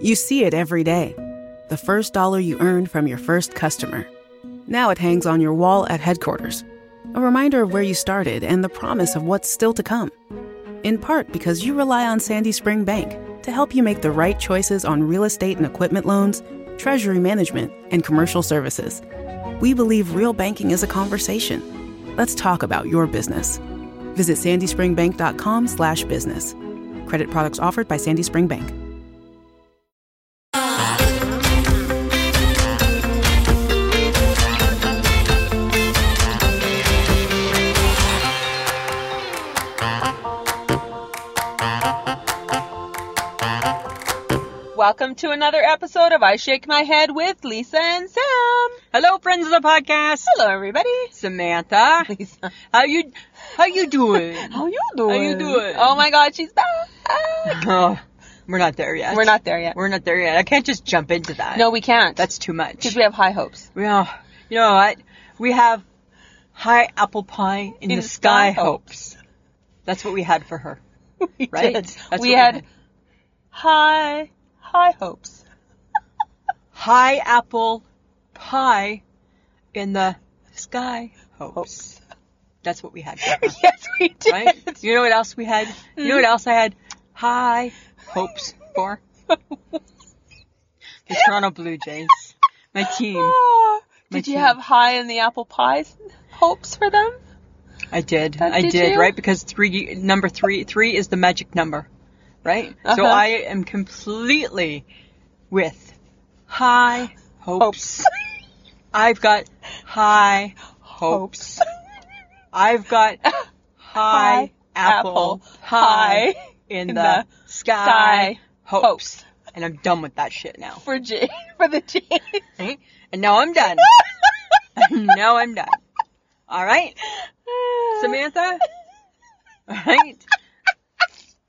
You see it every day. The first dollar you earned from your first customer. Now it hangs on your wall at headquarters, a reminder of where you started and the promise of what's still to come. In part because you rely on Sandy Spring Bank to help you make the right choices on real estate and equipment loans, treasury management, and commercial services. We believe real banking is a conversation. Let's talk about your business. Visit sandyspringbank.com slash business. Credit products offered by Sandy Spring Bank. Welcome to another episode of I Shake My Head with Lisa and Sam. Hello, friends of the podcast. Hello, everybody. Samantha. Lisa, How you how you doing? how you doing? How you doing? Oh my God, she's back. Oh, we're not there yet. We're not there yet. We're not there yet. I can't just jump into that. no, we can't. that's too much. because we have high hopes. Well, you know what? We have high apple pie in, the sky hopes. That's what we had for her. We Right? did. That's what we had high, high hopes. high apple pie in the sky hopes. That's what we had. For her. Yes, we did. right? You know what else we had? You know what else I had? High hopes for the Toronto Blue Jays, my team. Ah, My did you team. have high in the apple pies hopes for them? I did, I did did, you? right? Because three, number three, three is the magic number, right? Uh-huh. So I am completely with high hopes. I've got high hopes. I've got high apple pie in the sky sky hopes. And I'm done with that shit now. for J for the J. Right? And now I'm done. now I'm done. All right, Samantha. All right.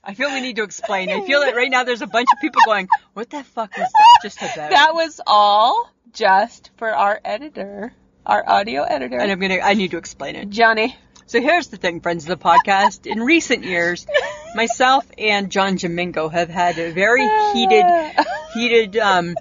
I feel we need to explain. I feel that right now there's a bunch of people going, "What the fuck was that just about?" That was all just for our editor, our audio editor, and I'm gonna. I need to explain it. Johnny. So here's the thing, friends of the podcast. In recent years, myself and John Domingo have had a very heated, heated um,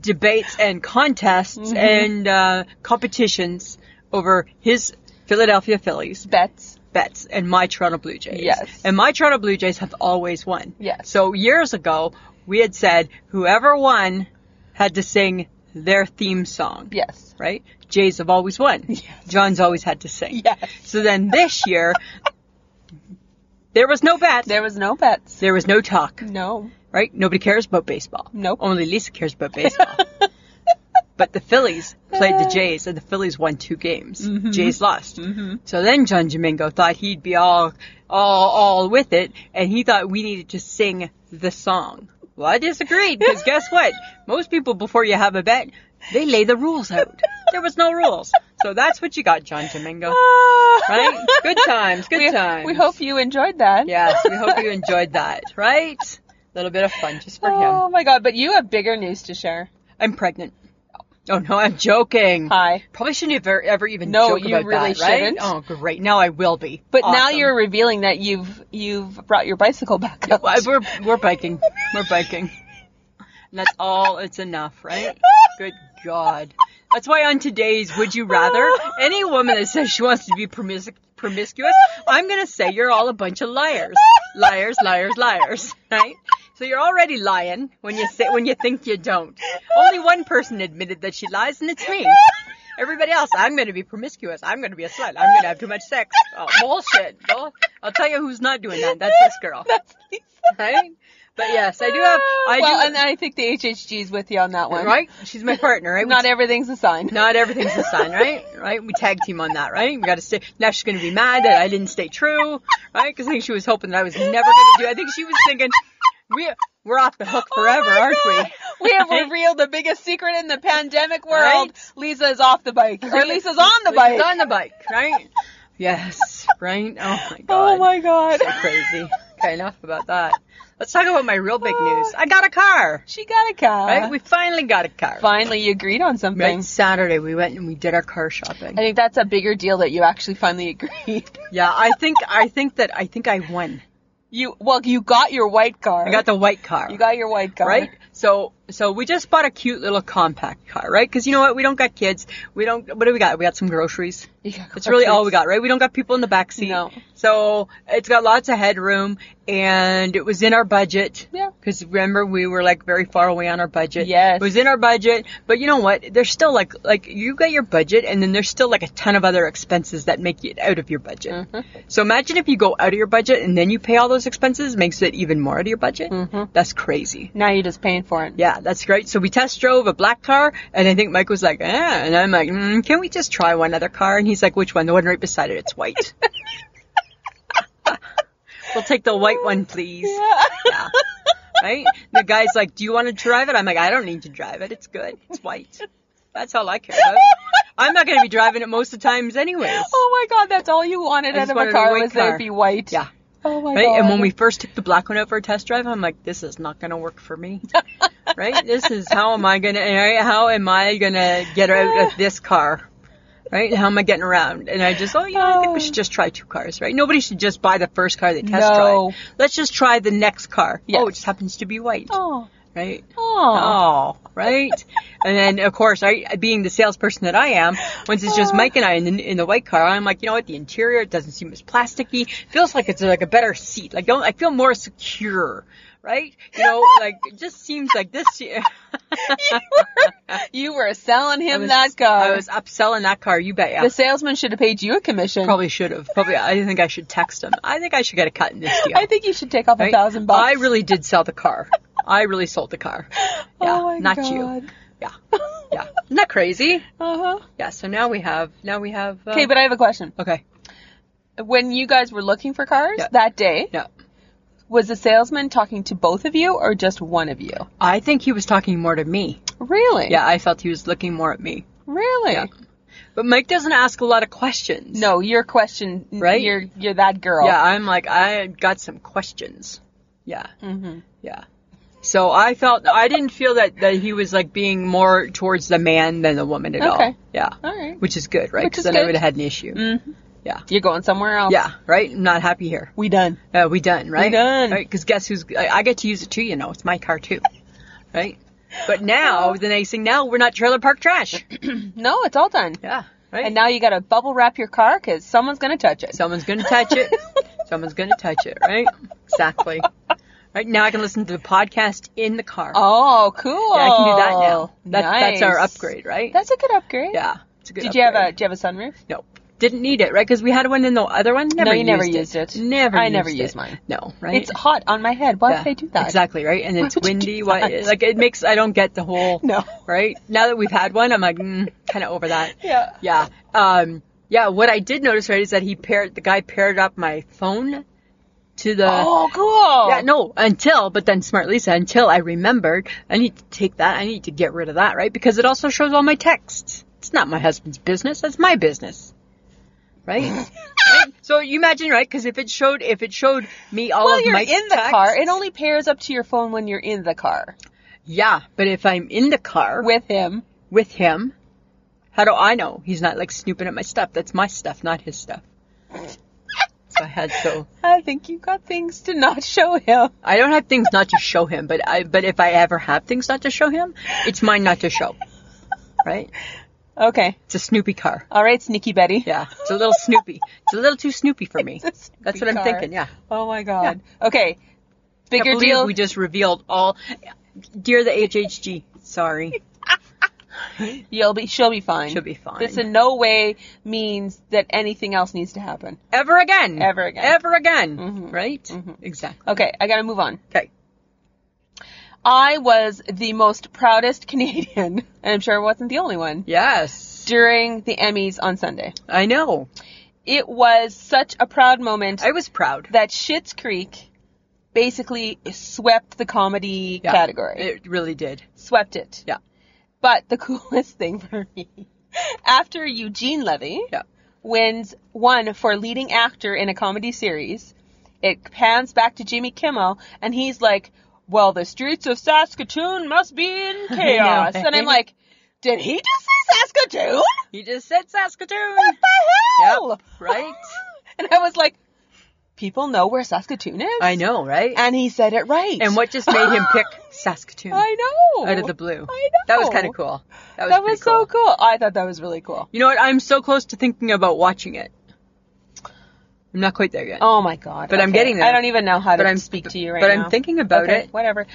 debates and contests Mm-hmm. and uh, competitions over his Philadelphia Phillies Bets. bets and my Toronto Blue Jays. Yes. And my Toronto Blue Jays have always won. Yes. So years ago, we had said whoever won had to sing their theme song Yes. right? Jays have always won. John's always had to sing. Yes. So then this year, there was no bet. There was no bets. There was no talk, No. right? Nobody cares about baseball. Nope. Only Lisa cares about baseball. but the Phillies played the Jays, and the Phillies won two games. Jays lost. So then John Domingo thought he'd be all, all, all with it, and he thought we needed to sing the song. Well, I disagreed because guess what? Most people, before you have a bet, they lay the rules out. There was no rules, so that's what you got, John Domingo. Right? Good times. Good Ah. we, times. we hope you enjoyed that. Yes, we hope you enjoyed that. Right? A little bit of fun just for him. Oh my god, but you have bigger news to share. I'm pregnant. Oh no, I'm joking. Hi. Probably shouldn't have ever, ever even No, joke you about really that, right? shouldn't. Oh great, now I will be. But now Awesome. you're revealing that you've you've brought your bicycle back up. Well, we're we're biking. We're biking. And that's all. It's enough, right? Good God. That's why on today's Would You Rather, any woman that says she wants to be promiscu- promiscuous, I'm gonna say you're all a bunch of liars, liars, liars, liars, right? So you're already lying when you say when you think you don't. Only one person admitted that she lies, and it's me. Everybody else, I'm going to be promiscuous. I'm going to be a slut. I'm going to have too much sex. Oh, bullshit. Well, I'll tell you who's not doing that. That's this girl That's Lisa. right? But yes, I do have. I well, do. and I think the HHG is with you on that one. right? She's my partner, right? We- Not everything's a sign. not everything's a sign, right? Right? We tag team on that, right? We got to stay. Now she's going to be mad that I didn't stay true, right? Because I think she Oh was hoping that I was never going to do. I think she was thinking we we're off the hook forever, aren't we? We have revealed the biggest secret in the pandemic world. Right? Lisa is off the bike, or Lisa's on the bike. Lisa's on the bike, right? yes, right? Oh my god. oh my god. So crazy. Okay, enough about that. Let's talk about my real big news. I got a car. She got a car. Right? We finally got a car. finally you agreed on something. Right? Saturday we went and we did our car shopping. I think that's a bigger deal that you actually finally agreed. Yeah, I think I think that I think I won. You well, you got your white car. I got the white car. you got your white car. right? So so we just bought a cute little compact car, right? Because you know what? We don't got kids. We don't. What do we got? We got some groceries. You got It's really all we got, right? We don't got people in the back seat. No. So it's got lots of headroom, and it was in our budget. Yeah. Because remember, we were like very far away on our budget. Yes. It was in our budget, but you know what? There's still like like you got your budget, and then there's still like a ton of other expenses that make it out of your budget. Mm-hmm. So imagine if you go out of your budget and then you pay all those expenses, makes it even more out of your budget. Mm-hmm. That's crazy. Now you're just paying for it. Yeah, that's great. So we test drove a black car, and I think Mike was like, eh. And I'm like, mm, can we just try one other car? And he's like, which one? The one right beside it. It's white. we'll take the white one, please. Yeah. Right? The guy's like, do you want to drive it? I'm like, I don't need to drive it. It's good. It's white. That's all I care about. I'm not going to be driving it most of the times anyways. Oh my god, that's all you wanted I out just of wanted a a car white was that car. it be white. Yeah. Oh my Right? god. And when we first took the black one out for a test drive, I'm like, this is not going to work for me. right? This is how am I going to, how am I going to get out of this car? Right? How am I getting around? And I just, oh, you know, I think we should just try two cars, right? Nobody should just buy the first car they test No. drive. Let's just try the next car. Oh, it Yes. just happens to be white. Oh. Right? Oh. Oh, right. and then of course, I being the salesperson that I am, once it's just Mike and I in the, in the white car, I'm like, you know what? The interior it doesn't seem as plasticky. Feels like it's like a better seat. Like don't I feel more secure, right? You know, like it just seems like this. You were selling I him was- that car. I was upselling that car. You bet. Yeah. the salesman should have paid you a commission. Probably should have. Probably. I think I should text him. I think I should get a cut in this deal. I think you should take off a right? thousand bucks. I really did sell the car. I really sold the car. Yeah, oh my not god. you. Yeah. Yeah. Isn't that crazy? Uh-huh. Yeah, so now we have now we have uh, Okay, but I have a question. okay. When you guys were looking for cars Yeah. that day, No. was the salesman talking to both of you or just one of you? I think he was talking more to me. Really? Yeah, I felt he was looking more at me. Really? But Mike doesn't ask a lot of questions. No, your question, Right? You're you're that girl. Yeah, I'm like I got some questions. Yeah. Mhm. Yeah. So I felt I didn't feel that that he was like being more towards the man than the woman at all. Okay. Yeah. All right. Which is good, Mm-hmm. right? Which is Because then I good. would have had an issue. You're going somewhere else. Yeah, right? I'm not happy here. We done. Uh, we done, right? done. Right? Because guess who's? I, I get to use it too. You know, it's my car too, right? But now the nice thing now we're not trailer park trash. No, it's all done. Yeah, right. And now you gotta bubble wrap your car because someone's gonna touch it. someone's gonna touch it. someone's gonna touch it, right? Exactly. Right now I can listen to the podcast in the car. oh, cool. yeah, I can do that now. That's that's our Nice. upgrade, right? That's a good upgrade. yeah. It's a good Did you have a upgrade. Do you have a sunroof? No. Didn't need it, right? Because we had one in the other one. Never no, you never used used it. Never. I used never it. used mine. No, right? It's hot on my head. Why Yeah, would I do that? Exactly, right? And it's would you windy. do Why, that? like it makes I don't get the whole No. right? Now that we've had one, I'm like mm, kind of over that. Yeah. Yeah. Um yeah, what I did notice right is that he paired the guy paired up my phone to the Oh, cool. Yeah, no, until, but then Smart Lisa, until I remembered, I need to take that, I need to get rid of that, right? Because it also shows all my texts. It's not my husband's business, that's my business. Right? Right? So you imagine, right? Because if it showed, if it showed me all Well, of you're Mike's in the texts- car. It only pairs up to your phone when you're in the car yeah. But if I'm in the car with, with him. with him, how do I know he's not like snooping at my stuff? That's my stuff, not his stuff. So I had so I think you got things to not show him. I don't have things not to show him, but I but if I ever have things not to show him, it's mine not to show. Right? Okay. It's a Snoopy car. All right, sneaky Betty. Yeah, it's a little Snoopy. It's a little too Snoopy for me. It's a Snoopy That's what I'm car. thinking. Yeah. Oh my god. Okay. Bigger Can't believe deal. We just revealed all. Dear the HHG, sorry, You'll be. She'll be fine. she'll be fine. This in no way means that anything else needs to happen. ever again. Ever again. Mm-hmm. Ever again. Right? Exactly. Okay, I gotta move on. Okay. I was the most proudest Canadian, and I'm sure I wasn't the only one, Yes. during the Emmys on Sunday. I know. It was such a proud moment I was proud. that Schitt's Creek basically swept the comedy Yeah, category. It really did. swept it. Yeah. But the coolest thing for me, after Eugene Levy Yeah. wins one for leading actor in a comedy series, it pans back to Jimmy Kimmel, and he's like, "Well, the streets of Saskatoon must be in chaos," and I'm like, "Did he just say Saskatoon? He just said Saskatoon. What the hell?" Yep, right. and I was like, "People know where Saskatoon is." I know, right? And he said it right. And what just made him pick Saskatoon I know. out of the blue? Oh, I know. That was kind of cool. That was, That pretty was so cool. I thought that was really cool. You know what? I'm so close to thinking about watching it. I'm not quite there yet. Oh my god! But I'm Okay. getting there. I don't even know how to But I'm- speak to you right but now. I'm thinking about Okay, it. Whatever.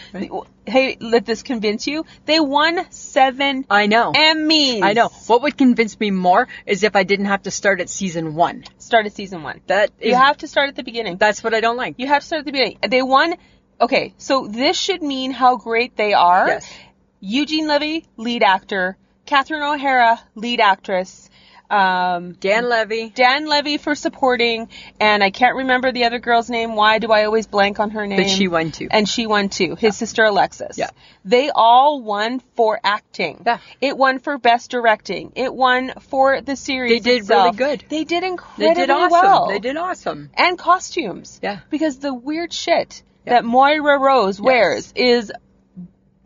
Hey, let this convince you. They won seven I know. Emmys. I know. What would convince me more is if I didn't have to start at season one. Started season one. That is, you have to start at the beginning. that's what I don't like. you have to start at the beginning. They won. Okay, so this should mean how great they are. Yes. Eugene Levy, lead actor. Catherine O'Hara, lead actress. Um, Dan Levy. Dan Levy for supporting, and I can't remember the other girl's name. Why do I always blank on her name? she won too. And she won too. His sister Alexis. Yeah. They all won for acting. Yeah. It won for best directing. It won for the series. They did itself. really good. They did they incredibly did awesome. well. They did awesome. And costumes. Yeah. Because the weird shit that Moira Rose wears is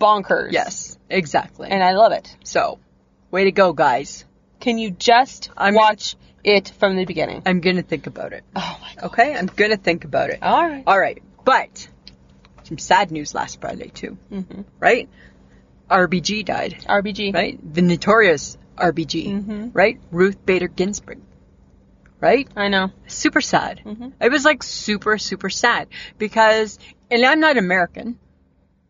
bonkers. Yes, exactly. And I love it. so, way to go, guys. Can you just I'm- watch it from the beginning? I'm gonna think about it. oh my god. Okay, I'm gonna think about it. All right. All right, but some sad news last Friday too, mm-hmm. right? RBG died, RBG. right? The notorious RBG, Mm-hmm. right? Ruth Bader Ginsburg, right? I know. Super sad. Mm-hmm. It was like super super sad because, and I'm not American,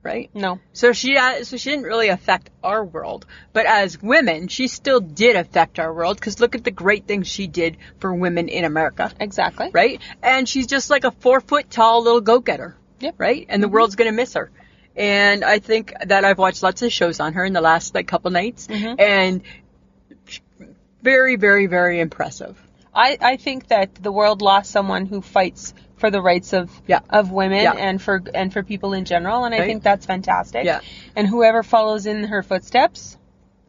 right? No. So she uh, so she didn't really affect our world, but as women, she still did affect our world because look at the great things she did for women in America Exactly. right? And she's just like a four foot tall little go getter, Yep. right? And the world's gonna miss her. And I think that I've watched lots of shows on her in the last like couple nights, and very, very, very impressive. I, I think that the world lost someone who fights for the rights of Yeah. of women Yeah. and for and for people in general, and I Right. think that's fantastic. Yeah. And whoever follows in her footsteps,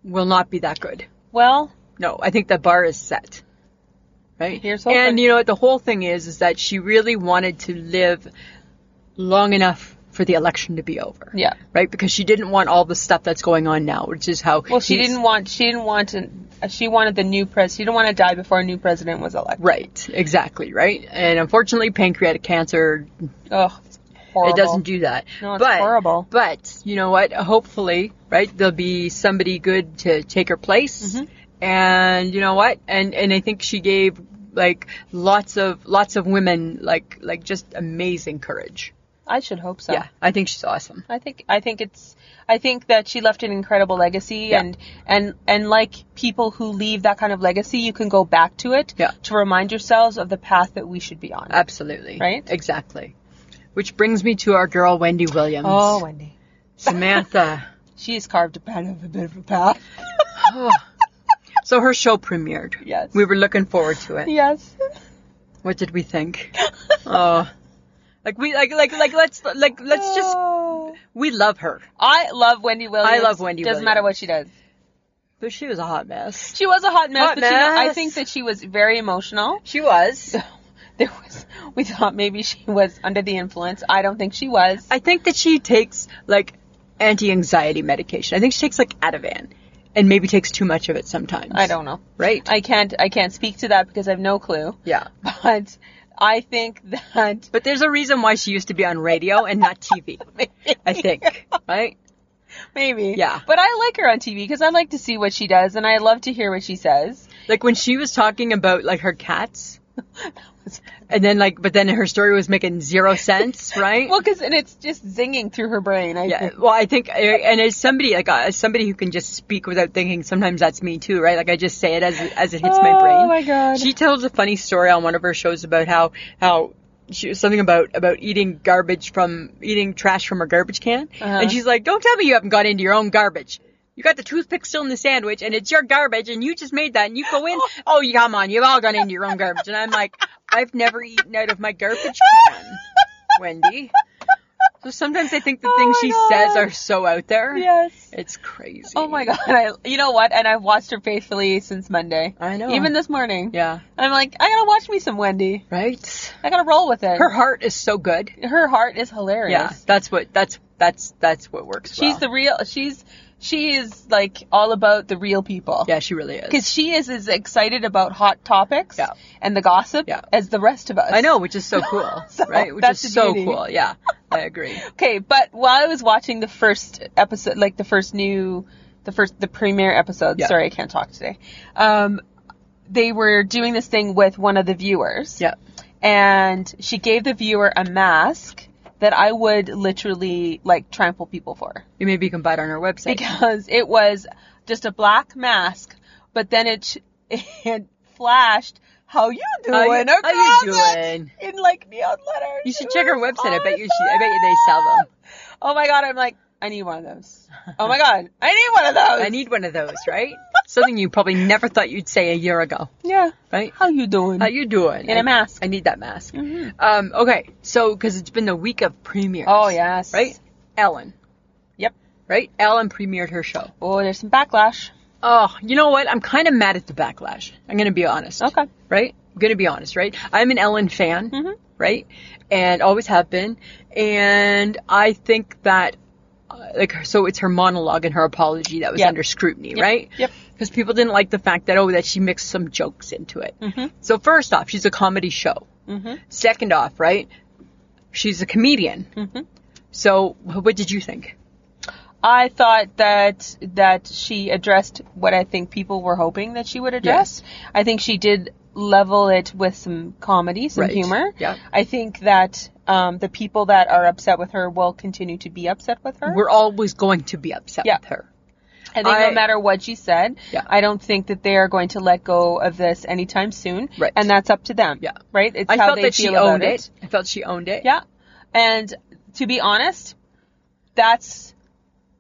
Will not be that good. well, No, I think the bar is set. Right? Here's hoping. and you know what the whole thing is is that she really wanted to live long enough for the election to be over. Yeah. Right? Because she didn't want all the stuff that's going on now, which is how well, she he's- didn't want she didn't want to she wanted the new pres she didn't want to die before a new president was elected. Right, exactly, right? And unfortunately, pancreatic cancer, Ugh, it's horrible. it doesn't do that. No, it's horrible. But, you know what? Hopefully, right, there'll be somebody good to take her place. Mm-hmm. And, you know what? And, and I think she gave, like, lots of, lots of women, like, like just amazing courage. I should hope so. Yeah, I think she's awesome. I think I think it's I think that she left an incredible legacy and and and like people who leave that kind of legacy, you can go back to it Yeah. to remind yourselves of the path that we should be on. Absolutely. Right? Exactly. Which brings me to our girl, Wendy Williams. Oh, Wendy, Samantha. she's carved a bit of a bit of a path. So her show premiered. Yes. We were looking forward to it. Yes, What did we think? oh, like we like like like let's like let's just Oh. we love her, I love Wendy Williams. I love Wendy Doesn't matter Williams. what she does. but she was a hot mess. She was a hot mess, Hot but you know, I mess. think that she was very emotional. She was. There was we thought maybe she was under the influence. I don't think she was. I think that she takes like anti-anxiety medication. I think she takes like Ativan, and maybe takes too much of it sometimes. I don't know. Right. I can't I can't speak to that because I have no clue. yeah. but I think that But there's a reason why she used to be on radio and not TV. I think. Right. maybe. Yeah. But I like her on TV because I like to see what she does and I love to hear what she says. Like when she was talking about like her cats. And then like, but then her story was making zero sense, right? Well, because and it's just zinging through her brain. I Yeah, think. well, I think, eh, and as somebody like uh, as somebody who can just speak without thinking, sometimes that's me too, right? Like I just say it as as it hits my Oh, brain. my God. She tells a funny story on one of her shows about how how she something about about eating garbage from eating trash from a garbage can, Uh-huh. and she's like, "Don't tell me you haven't got into your own garbage." You got the toothpick still in the sandwich, and it's your garbage, and you just made that, and you go in. Oh, you come on, you've all gone into your own garbage, and I'm like, I've never eaten out of my garbage can, Wendy. So sometimes I think the things Oh my she God. says are so out there. Yes. It's crazy. Oh my god! I, you know what? And I've watched her faithfully since Monday. I know. Even this morning. Yeah. And I'm like, I gotta watch me some Wendy. Right? I gotta roll with it. Her heart is so good. her heart is hilarious. Yeah. That's what that's that's that's what works. She's the real. She's she is like all about the real people. Yeah, she really is. Because she is as excited about hot topics Yeah. and the gossip Yeah. as the rest of us. I know, which is so cool. So, right? Which that's is the so beauty. cool. Yeah. I agree. Okay, but while I was watching the first episode, like the first new, the first the premiere episode. Yeah. Sorry, I can't talk today. Um, they were doing this thing with one of the viewers. Yeah. And she gave the viewer a mask that I would literally like trample people for You maybe you can buy it on her website. because it was just a black mask, but then it sh- it flashed how you doing? How you- across how you it doing? In like neon letters. You should It check her was website. I bet you she, I bet you they sell them. awesome. Oh my god, I'm like, I need one of those. Oh my god, I need one of those. I need one of those, right? Something you probably never thought you'd say a year ago, Yeah. right? How you doing? How you doing? In a I- mask. Mm-hmm. I need that mask. Um, okay, so because it's been the week of premieres. Oh, yes. Right, Ellen. Yep. Right, Ellen premiered her show. Oh, there's some backlash. Oh, you know what? I'm kind of mad at the backlash. I'm gonna be honest. Okay. Mm-hmm. Right? I'm gonna be honest. Right? I'm an Ellen fan. Right? And always have been. And I think that, uh, like, her- so it's her monologue and her apology that was Yep. under scrutiny, right? Yep. Because people didn't like the fact that oh that she mixed some jokes into it. Mm-hmm. So first off, she's a comedy show. Second off, right? She's a comedian. Mm-hmm. So wh- what did you think? I thought that that she addressed what I think people were hoping that she would address. I think she did level it with some comedy, some Right. humor. Yeah. I think that um, the people that are upset with her will continue to be upset with her. We're always going to be upset Yeah. with her. I think I- no matter what she said, Yeah. I don't think that they are going to let go of this anytime soon. Right. And that's up to them. Yeah. Right? It's I how felt they that feel she about owned it. I felt she owned it. Yeah. And to be honest, that's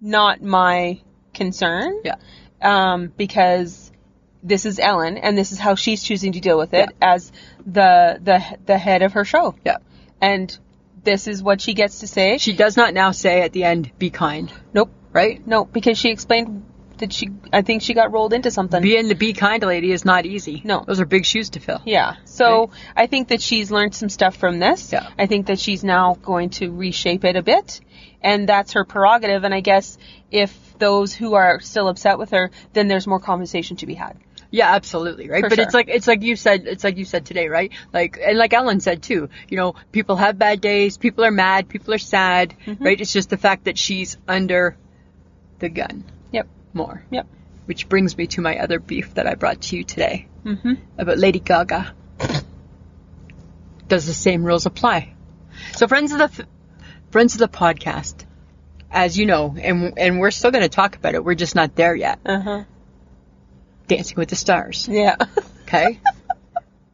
not my concern. Yeah. um, because this is Ellen, and this is how she's choosing to deal with it as the the the head of her show. Yeah. And this is what she gets to say. She does not now say at the end, be kind, nope, right? no, because she explained that she. I think she got rolled into something. Being the be kind lady is not easy. No. Those are big shoes to fill. yeah. So I think that she's learned some stuff from this. Yeah. I think that she's now going to reshape it a bit, and that's her prerogative. And I guess if those who are still upset with her, then there's more conversation to be had. Yeah, absolutely, right. For but it's sure. like it's like you said, it's like you said today, right? Like and like Ellen said too. You know, people have bad days, people are mad, people are sad, Mm-hmm. right? It's just the fact that she's under the gun Yep. more, Yep. which brings me to my other beef that I brought to you today about Lady Gaga. Does the same rules apply? So, friends of the f- friends of the podcast, as you know, and and we're still going to talk about it. We're just not there yet. Dancing with the Stars. Yeah. Okay?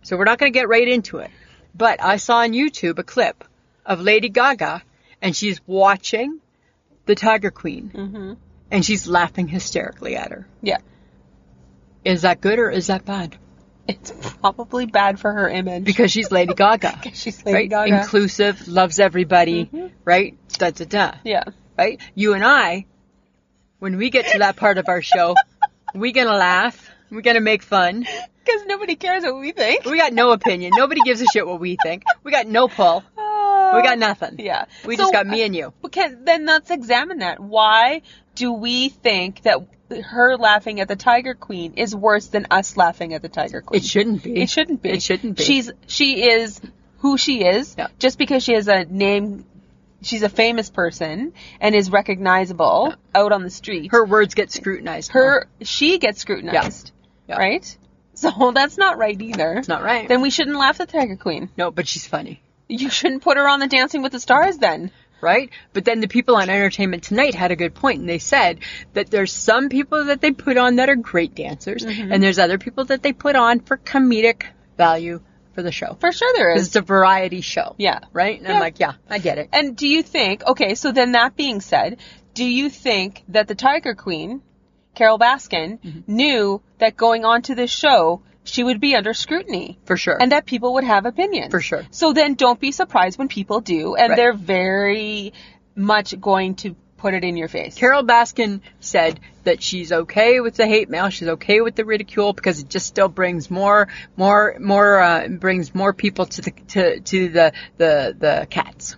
so we're not going to get right into it. But I saw on YouTube a clip of Lady Gaga and she's watching the Tiger Queen and she's laughing hysterically at her. yeah. Is that good or is that bad? It's probably bad for her image. Because she's Lady Gaga. she's Lady right? Gaga. Mm-hmm. Inclusive, loves everybody, right? Da da da. yeah. Right? You and I, when we get to that part of our show, we're going to laugh. We're going to make fun. Because nobody cares what we think. We got no opinion. Nobody gives a shit what we think. We got no pull. We got nothing. Oh, Yeah. We So- just got me and you. Because then let's examine that. Why do we think that her laughing at the Tiger Queen is worse than us laughing at the Tiger Queen? It shouldn't be. It shouldn't be. It shouldn't be. She's she is who she is. Yeah. Just because she has a name, she's a famous person and is recognizable out on the street. her words get scrutinized. more. her she gets scrutinized, Yeah. right? So that's not right either. It's not right. Then we shouldn't laugh at the Tiger Queen. no, but she's funny, You shouldn't put her on the Dancing with the Stars then. right? But then the people on Entertainment Tonight had a good point, and they said that there's some people that they put on that are great dancers, and there's other people that they put on for comedic value for the show. For sure there 'Cause is. it's a variety show. Yeah. Right? And Yeah. I'm like, yeah, I get it. And do you think, okay, so then that being said, do you think that the Tiger Queen, Carol Baskin, Mm-hmm. knew that going on to this show, she would be under scrutiny? For sure. And that people would have opinions. For sure. So then don't be surprised when people do, and Right. they're very much going to put it in your face. Carol Baskin said that she's okay with the hate mail. She's okay with the ridicule because it just still brings more, more, more, uh, brings more people to the to to the the the cats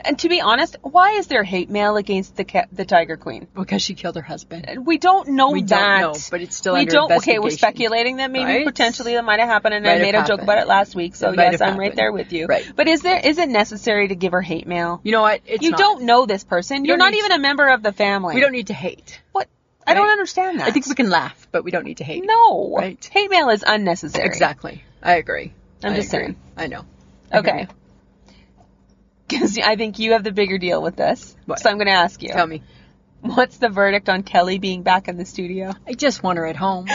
and to be honest, why is there hate mail against the ca- the Tiger Queen? because she killed her husband. We don't know We don't that. know, but it's still we under don't. Okay, we're investigation. speculating that maybe Right? potentially that might have happened, and Might I have made a joke happened. about it last week. So Might have yes, I'm right happened. there with you. Right. But is there is it necessary to give her hate mail? You know what? It's You not. don't know this person. You're don't not need even a member of the family. We don't need to hate. What? I don't Right? understand that. I think we can laugh, but we don't need to hate. No. Right. Hate mail is unnecessary. Exactly. I agree. I'm I just agree. saying. I know. Okay. Because I think you have the bigger deal with this. What? So I'm going to ask you. Tell me. What's the verdict on Kelly being back in the studio? I just want her at home.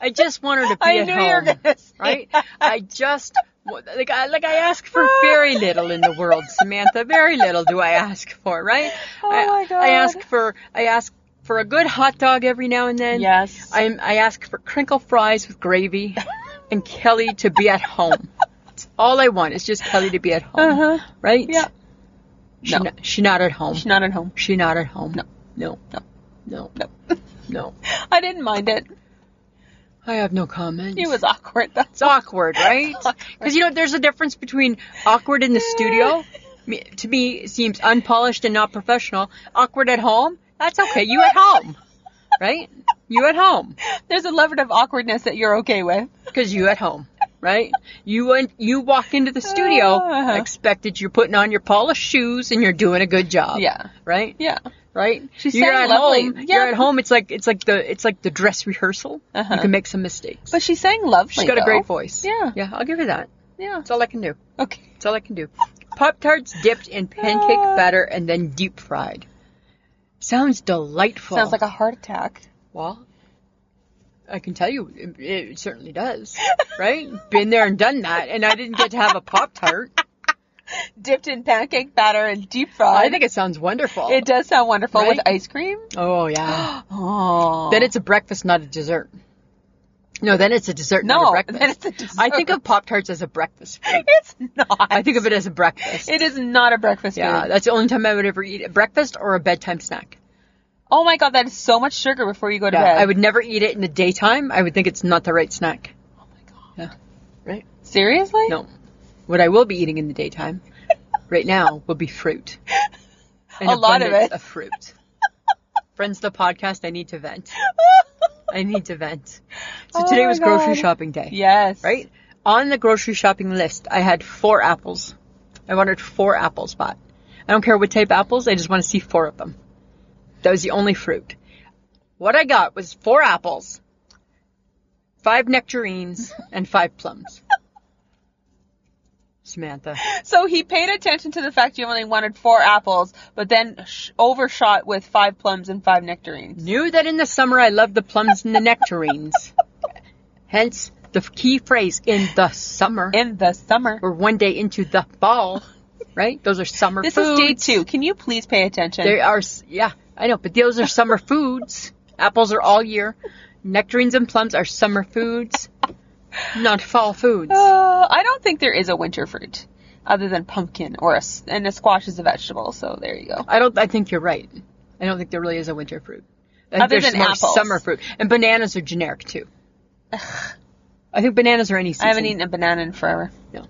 I just want her to be I at knew you home. were gonna say right? I just wa- like I like I ask for very little in the world, Samantha. Very little do I ask for, right? Oh I, my God. I ask for I ask for a good hot dog every now and then. Yes. I'm I ask for crinkle fries with gravy and Kelly to be at home. That's all I want is just Kelly to be at home. Uh-huh. Right? Yeah. She No. not, she not at home. She's not at home. She not at home. No. No. No. No. No. No. I didn't mind it. I have no comments. It was awkward. That's It's awkward, right? Because you know, there's a difference between awkward in the studio. me- To me, it seems unpolished and not professional. Awkward at home. That's okay. You at home, right? You at home There's a level of awkwardness that you're okay with. because you at home, right? You went. You walk into the studio. Uh-huh. I expect that you're putting on your polished shoes and you're doing a good job. Yeah. Right. Yeah. Right. She you're sang at lovely. home. Yeah. You're at home. It's like it's like the it's like the dress rehearsal. Uh-huh. You can make some mistakes. But she sang lovely. She's got a though. great voice. Yeah. Yeah. I'll give her that. Yeah. That's all I can do. Okay. That's all I can do. Pop tarts dipped in Ah. pancake batter and then deep fried. Sounds delightful. Sounds like a heart attack. well. I can tell you, it, it certainly does. Right? Been there and done that, and I didn't get to have a pop tart. Dipped in pancake batter and deep fried. I think it sounds wonderful. it does sound wonderful with Right? ice cream. Oh yeah. Oh. then it's a breakfast, not a dessert. No, then it's a dessert, not No, a breakfast. then it's a dessert. I think of pop tarts as a breakfast. food. it's not. I think of it as a breakfast. It is not a breakfast yeah, food. that's the only time I would ever eat a breakfast or a bedtime snack. Oh my god, that is so much sugar before you go to Yeah, bed. I would never eat it in the daytime. I would think it's not the right snack. Oh Right? Seriously? No. What I will be eating in the daytime, right now, will be fruit. An A lot of it. abundance Of fruit. Friends, the podcast. I need to vent. I need to vent. So Oh today my was grocery God. shopping day. Yes. Right? On the grocery shopping list, I had four apples. I wanted four apples bought. I don't care what type of apples. I just want to see four of them. That was the only fruit. What I got was four apples, five nectarines, and five plums. Samantha. So he paid attention to the fact you only wanted four apples, but then sh- overshot with five plums and five nectarines. Knew that in the summer I loved the plums and the nectarines. Hence the key phrase in the summer. In the summer. We're one day into the fall, right? Those are summer This foods. is day two. Can you please pay attention? They are, s- yeah, I know, but those are summer foods. Apples are all year. Nectarines and plums are summer foods, not fall foods. Uh, I don't think there is a winter fruit other than pumpkin or a, s- and a squash is a vegetable. So there you go. I don't. I think you're right. I don't think there really is a winter fruit. I think Other there's than more apples. summer fruit, and bananas are generic too. I think bananas are any season. I haven't eaten a banana in forever. No,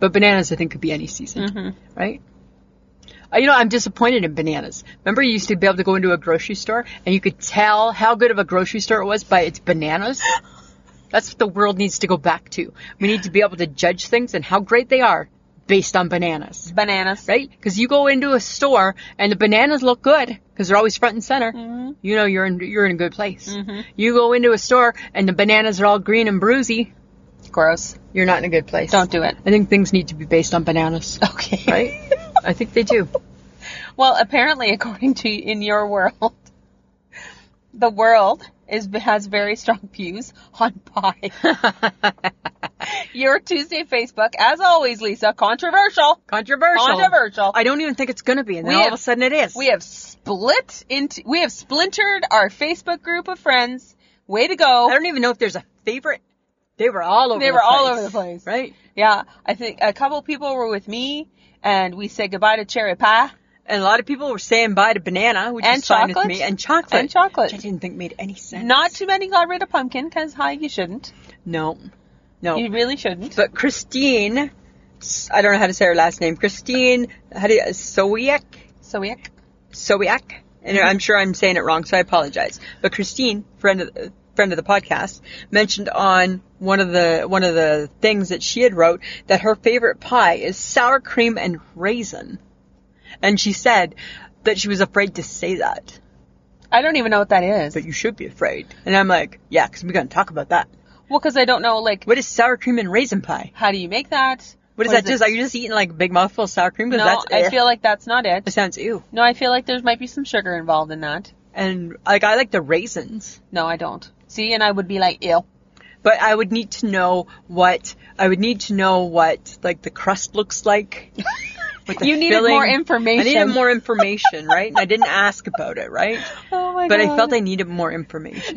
but bananas I think could be any season, Mm-hmm. right? Uh, You know, I'm disappointed in bananas. Remember, you used to be able to go into a grocery store and you could tell how good of a grocery store it was by its bananas. That's what the world needs to go back to. We need to be able to judge things and how great they are based on bananas Bananas. right? Because you go into a store and the bananas look good because they're always front and center. Mm-hmm. You know you're in you're in a good place. You go into a store and the bananas are all green and bruisey. Gross. You're not in a good place. Don't do it. I think things need to be based on bananas, Okay. right? I think they do. Well, apparently, according to in your world, the world is has very strong views on pie. your Tuesday Facebook, as always, Lisa, controversial. Controversial. Controversial. I don't even think it's going to be, and then We all have- of a sudden it is. We have split into we have splintered our Facebook group of friends. Way to go! I don't even know if there's a favorite. They were all over. They the were place, all over the place. right? Yeah, I think a couple people were with me, and we said goodbye to cherry pie. And a lot of people were saying bye to banana, which And is fine with chocolate. me, and chocolate, And chocolate. which I didn't think made any sense. Not too many got rid of pumpkin because, hi, you shouldn't. no, no. You really shouldn't. but Christine, s- I don't know how to say her last name. Christine, how do you, Sowiak, So yuck. Sowiak, and I'm sure I'm saying it wrong, so I apologize. But Christine, friend of the, friend of the podcast, mentioned on one of the one of the things that she had wrote that her favorite pie is sour cream and raisin, and she said that she was afraid to say that. I don't even know what that is. But you should be afraid. And I'm like, yeah, because we're gonna talk about that. Well, because I don't know, like, What is sour cream and raisin pie? how do you make that? What is that? Just are you just eating like a big mouthful of sour cream? No, Because that's I eh. feel like that's not It it. sounds ew. No, I feel like there might be some sugar involved in that. And like I like the raisins, No, I don't. See, and I would be like, ew. but I would need to know what I would need to know what like the crust looks like. with the You needed filling. more information. I needed more information, right? And I didn't ask about it, right? Oh my But I God. felt I needed more information.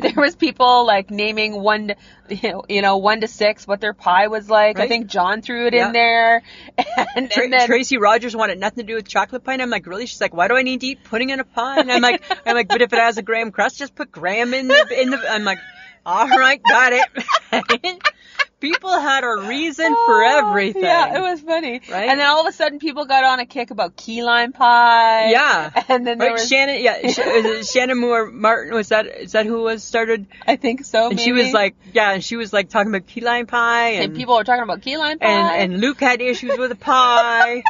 There was people like naming one, to, you know, one to six what their pie was like. I Right. think John threw it Yeah. in there, and, Tra- and then Tracy Rogers wanted nothing to do with chocolate pie, and I'm like, really? She's like, why do I need to eat pudding in a pie? And I'm like, I'm like, but if it has a graham crust, just put graham in the in the. I'm like, all right, got it. People had a reason for everything. Oh, Yeah, it was funny. Right? And then all of a sudden, people got on a kick about key lime pie. Yeah. And then there Right, was, Shannon, yeah, Sh- is it Shannon Moore Martin was that is that who was started? I think so. And she maybe. was like, yeah, and she was like talking about key lime pie, and and people were talking about key lime pie. and, and Luke had issues with a pie.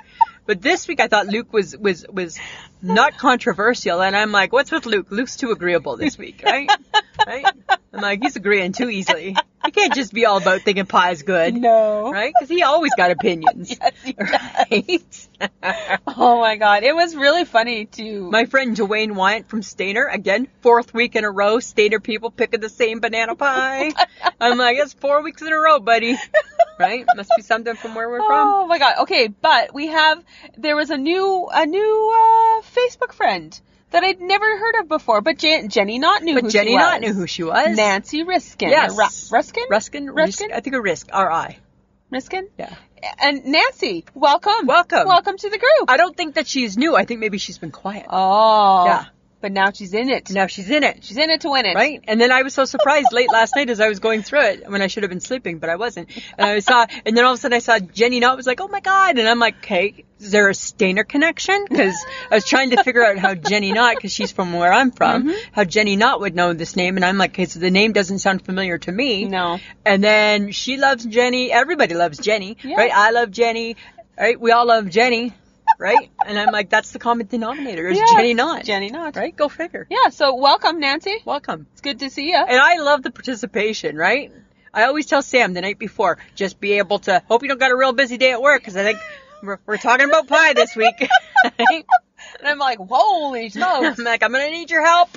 But this week I thought Luke was was was not controversial, and I'm like, what's with Luke? Luke's too agreeable this week, right? right? I'm like, he's agreeing too easily. He can't just be all about thinking pie's good, no. right? Because he always got opinions, right? Oh my god, it was really funny to. My friend Dwayne Wyatt from Stainer, again, fourth week in a row, Stainer people picking the same banana pie. I'm like, it's four weeks in a row, buddy. Right? Must be something from where we're from. Oh my god. Okay, but we have there was a new a new uh, Facebook friend that I'd never heard of before, but Jan- Jenny not knew. But who Jenny she Knott was. knew who she was. Nancy Riskin. Yes. Ru- Ruskin. Ruskin? Ruskin? Risk- I think a risk. R-I. Riskin. Yeah. And Nancy, welcome. Welcome. Welcome to the group. I don't think that she's new. I think maybe she's been quiet. oh. Yeah. But now she's in it. Now she's in it. She's She's in it to win it. Right? And then I was so surprised late last night as I was going through it when I should have been sleeping, but I wasn't. And I saw, and then all of a sudden I saw Jenny Knott was like, oh my God. And I'm like, okay, is there a Stainer connection? Because I was trying to figure out how Jenny Knott, because she's from where I'm from, Mm-hmm. how Jenny Knott would know this name. And I'm like, okay, so the name doesn't sound familiar to me. No. And then she loves Jenny. Everybody loves Jenny, Yeah. right? I love Jenny, right? We all love Jenny, right? and I'm like, that's the common denominator is Yeah. Jenny Knott, Jenny not. right? Go figure. Yeah. So welcome, Nancy. Welcome. It's good to see you. And I love the participation, right? I always tell Sam the night before, just be able to, hope you don't got a real busy day at work, because I think we're, we're talking about pie this week. Right? And I'm like, holy smokes. I'm like, I'm going to need your help.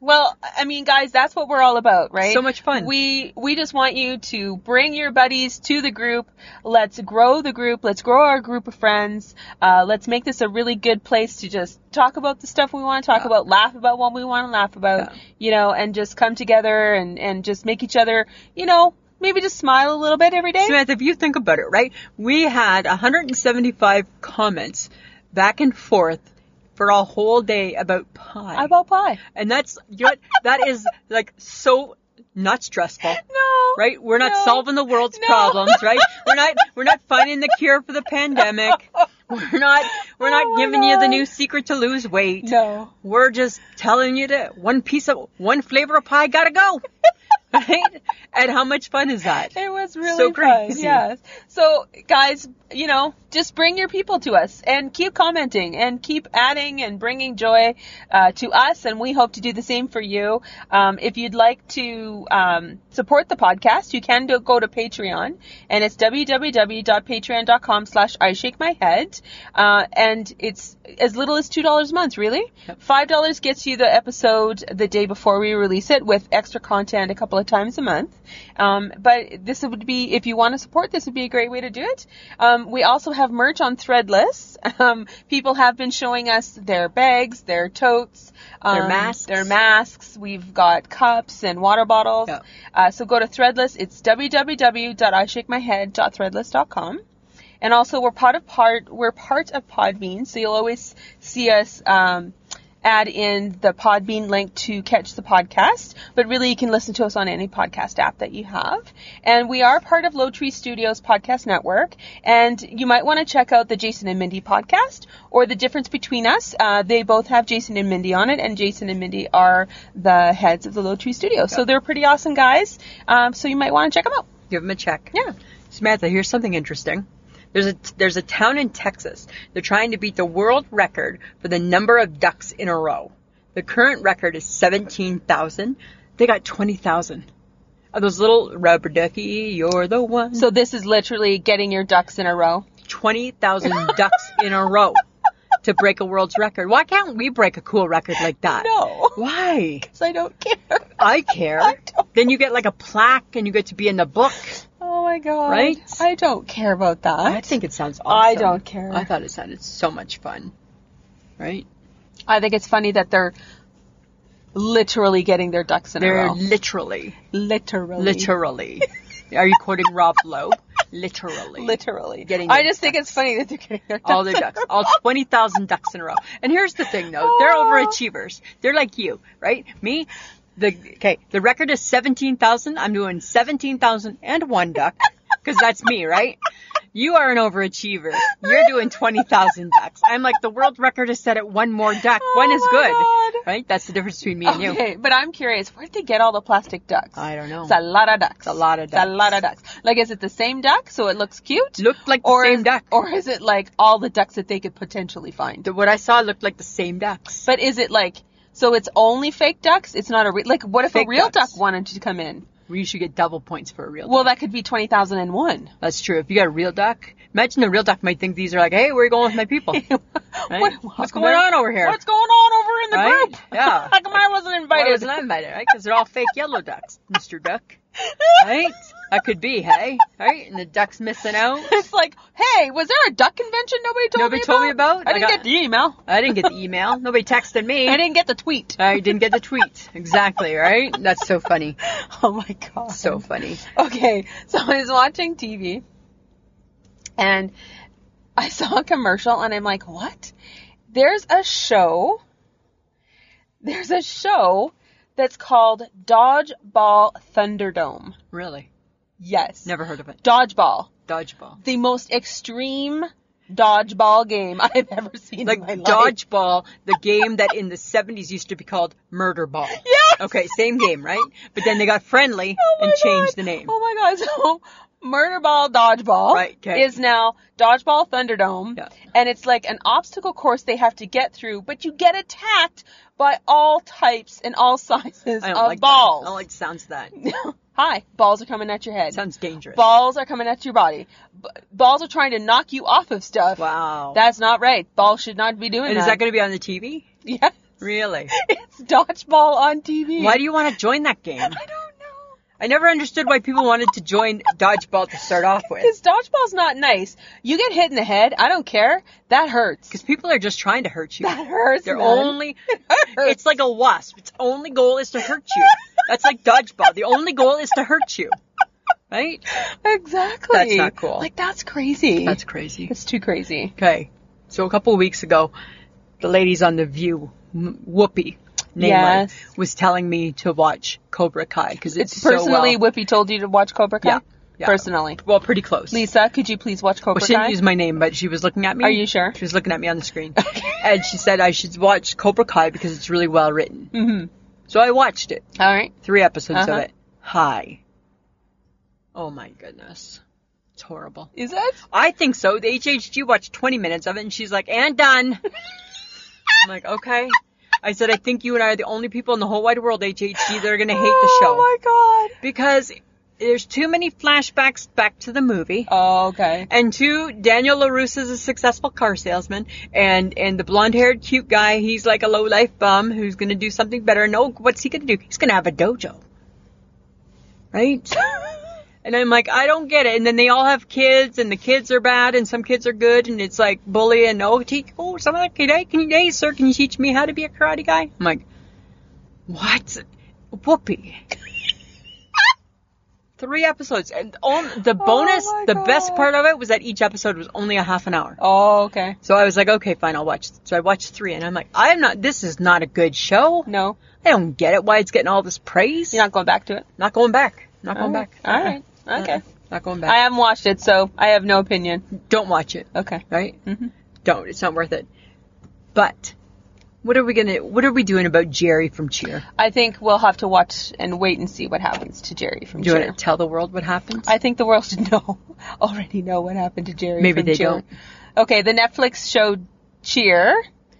Well, I mean, guys, that's what we're all about, right? So much fun. We we just want you to bring your buddies to the group. Let's grow the group. Let's grow our group of friends. Uh, let's make this a really good place to just talk about the stuff we want to talk about, laugh about what we want to laugh about, Yeah. you know, and just come together and and just make each other, you know, maybe just smile a little bit every day. Samantha, if you think about it, right? We had 175 comments back and forth for a whole day about pie. About pie. and that's, you know what? That is like so not stressful. No. right? We're not No. solving the world's No. problems, right? We're not we're not finding the cure for the pandemic. We're not we're not Oh my giving you the God. new secret to lose weight. No. We're just telling you to one piece of one flavor of pie gotta go. right? And how much fun is that? It was really So fun. crazy. Yes. So guys, you know, just bring your people to us and keep commenting and keep adding and bringing joy uh, to us, and we hope to do the same for you. Um, if you'd like to um, support the podcast, you can do, go to Patreon, and it's www.patreon.com slash I shake my head, uh, and it's as little as two dollars a month. Really, five dollars gets you the episode the day before we release it with extra content a couple of times a month. Um, but this would be, if you want to support, this would be a great way to do it. Um, we also have merch on Threadless. Um, people have been showing us their bags, their totes, um, masks. their masks. We've got cups and water bottles. Yeah. Uh, so go to Threadless. It's www.ishakemyhead.threadless.com. And also, we're part of part we're part of Podbean, so you'll always see us um, add in the Podbean link to catch the podcast. But really, you can listen to us on any podcast app that you have. And we are part of Low Tree Studios Podcast Network. And you might want to check out the Jason and Mindy podcast or the difference between us. Uh, they both have Jason and Mindy on it, and Jason and Mindy are the heads of the Low Tree Studios. So they're pretty awesome guys. Um, so you might want to check them out. Give them a check. Yeah. Samantha, here's something interesting. There's a there's a town in Texas. They're trying to beat the world record for the number of ducks in a row. The current record is 17,000. They got 20,000. Of those little rubber ducky, you're the one. So So this is literally getting your ducks in a row. 20,000 ducks in a row to break a world's record. Why can't we break a cool record like that? No. Why? So I don't care. I care. don't. then you get like a plaque and you get to be in the book. Oh my god. Right? I don't care about that. I think it sounds awesome. I don't care. I thought it sounded so much fun. Right? I think it's funny that they're literally getting their ducks in a They're row. literally, literally. literally. Are you quoting Rob Lowe? Literally. Literally. Getting I their just think it's funny that they're getting their ducks. all the in a ducks, row. all 20,000 ducks in a row. And here's the thing though, they're Oh. overachievers. They're like you, right? Me, the, okay, the record is 17,000. I'm doing 17,001 duck because that's me, right? You are an overachiever. You're doing 20,000 ducks. I'm like, the world record is set at one more duck. One is Oh my good, God. right? That's the difference between me and you. Okay, but I'm curious, where'd they get all the plastic ducks? I don't know. It's a lot of ducks. a lot of It's a ducks. lot of ducks. Like, is it the same duck so it looks cute? Looked like the or same is, duck. Or is it like all the ducks that they could potentially find? The- What I saw looked like the same ducks. But is it like, so it's only fake ducks? It's not a re- like, what if Fake a real ducks. duck wanted to come in? We should get double points for a real duck. Well, that could be 20,001. That's true. If you got a real duck, imagine a real duck might think these are like, hey, where are you going with my people? Right? What's going on over here? What's going on over in the Right? group? Yeah. How come I wasn't Why invited? wasn't I invited, right? Because they're all fake yellow ducks, Mr. Duck. Right? That could be, hey? Right? And the duck's missing out. It's like, hey, was there a duck convention nobody told Nobody me told me about? about? I I didn't got- get the email. I didn't get the email. Nobody texted me. I didn't get the tweet. I didn't get the tweet. Exactly, right? That's so funny. Oh my god. So funny. okay, so I was watching TV and I saw a commercial and I'm like, what? There's a show. There's a show that's called Dodgeball Thunderdome. Really? Yes. Never heard of it. Dodgeball. Dodgeball. The most extreme dodgeball game I've ever seen Like in my life. dodgeball, the game that in the 70s used to be called murder ball. Yes! Okay, same game, right? But then they got friendly Oh and my God. changed the name. Oh my god! So, Murderball Dodgeball Right, okay. is now Dodgeball Thunderdome, Yeah. and it's like an obstacle course they have to get through, but you get attacked by all types and all sizes I of don't like that. balls. I don't like the sounds of that. Hi, balls are coming at your head. sounds dangerous. balls are coming at your body. B- balls are trying to knock you off of stuff. Wow. That's not right. Balls should not be doing and is that. that going to be on the TV? yeah, Really? it's dodgeball on TV. Why do you want to join that game? I don't know. I never understood why people wanted to join dodgeball to start off with. Because dodgeball's not nice. You get hit in the head. I don't care. That hurts. Because people are just trying to hurt you. That hurts. They're man. only. hurts. It's like a wasp. Its only goal is to hurt you. That's like dodgeball. The only goal is to hurt you. Right? exactly. That's not cool. Like that's crazy. That's crazy. It's too crazy. Okay. So a couple of weeks ago, the ladies on The View, M- Whoopi, namely, Yes. was telling me to watch Cobra Kai because it's, so Personally, well- Whippy told you to watch Cobra Kai. Yeah. Yeah. Personally, well, pretty close. Lisa, could you please watch Cobra Well, she Kai? didn't use my name, but she was looking at me. Are you sure? She was looking at me on the screen. and she said I should watch Cobra Kai because it's really well written. Mm-hmm. So I watched it. All right. Three episodes of Uh-huh. it. Hi. Oh my goodness. It's horrible. Is it? I think so. The HHG watched 20 minutes of it and she's like, and done. I'm like, okay. I said, I think you and I are the only people in the whole wide world, HHG, that are going to hate the show. Oh my Because there's too many flashbacks back to the movie. god. Oh, okay. And two, Daniel LaRusse is a successful car salesman, and and the blonde-haired cute guy, he's like a low-life bum who's gonna do something better. No, what's he gonna do? He's gonna have a dojo, right? and I'm like, I don't get it. And then they all have kids, and the kids are bad, and some kids are good, and it's like bully and oh, te- oh, some other kid, hey, can you, hey, sir, can you teach me how to be a karate guy? I'm like, what? Whoopee. three episodes, and on the bonus, my the best God. part of it was that each episode was only a half an hour. Oh, okay. So I was like, okay, fine, I'll watch. So I watched three, and I'm like, I'm not. This is not a good show. No, I don't get it. Why it's getting all this praise? you're not going back to it. not going back. Not going back. All right. Uh-uh. Okay. Uh-uh. Not going I back. haven't watched it, so I have no opinion. don't watch it. Okay. Right? Mm-hmm. Don't. It's not worth it. But what are we gonna? What are we doing about Jerry from Cheer? I think we'll have to watch and wait and see what happens to Jerry from Do you Cheer. want to tell the world what happens? I think the world should know already know what happened to Jerry. Maybe from they Cheer. don't. Okay, the Netflix show Cheer,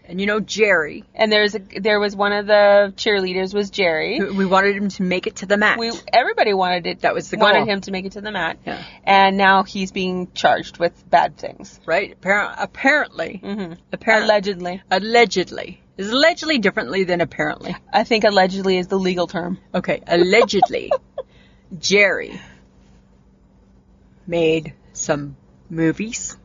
and you know Jerry. and there's a, there was one of the cheerleaders was Jerry. We wanted him to make it to the mat. We everybody wanted it. That was the wanted goal. him to make it to the mat. Yeah. And now he's being charged with bad things. right? Appar- apparently. Mm. Apparently. Allegedly, Mm-hmm. allegedly. Is allegedly differently than apparently. I think allegedly is the legal term. Okay, allegedly, Jerry made some movies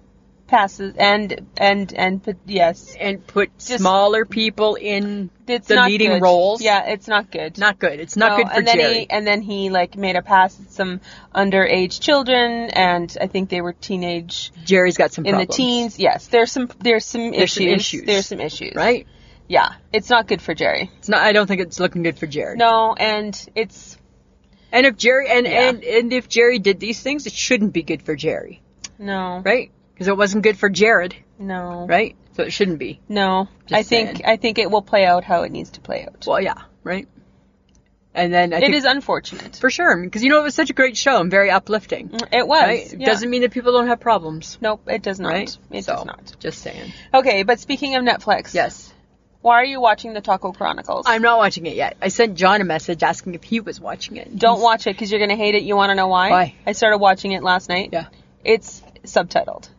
Passes and and and but yes, and put smaller people in it's the not leading good. roles. Yeah, it's not good. not good. It's not No, good for and then Jerry. He, and then he like made a pass at some underage children, and I think they were teenage Jerry's got some in problems. the teens. Yes, there's some there's some There's some issues. issues. There's some issues. right? Yeah, it's not good for Jerry. It's not. I don't think it's looking good for Jerry. No, and it's And if Jerry and Yeah. and and if Jerry did these things, it shouldn't be good for Jerry, no, right? Because it wasn't good for Jared, no, right? So it shouldn't be. no. Just I think saying. I think it will play out how it needs to play out. Well, yeah, right. And then I it think is unfortunate. for sure because you know it was such a great show and very uplifting. It was. right? yeah. Doesn't mean that people don't have problems, Nope, it does not. right? It So, does not. Just saying. Okay, but speaking of Netflix, Yes. why are you watching the Taco Chronicles? I'm not watching it yet. I sent John a message asking if he was watching it. Don't watch it because you're gonna hate it. You want to know why? Why? I started watching it last night. Yeah. It's subtitled.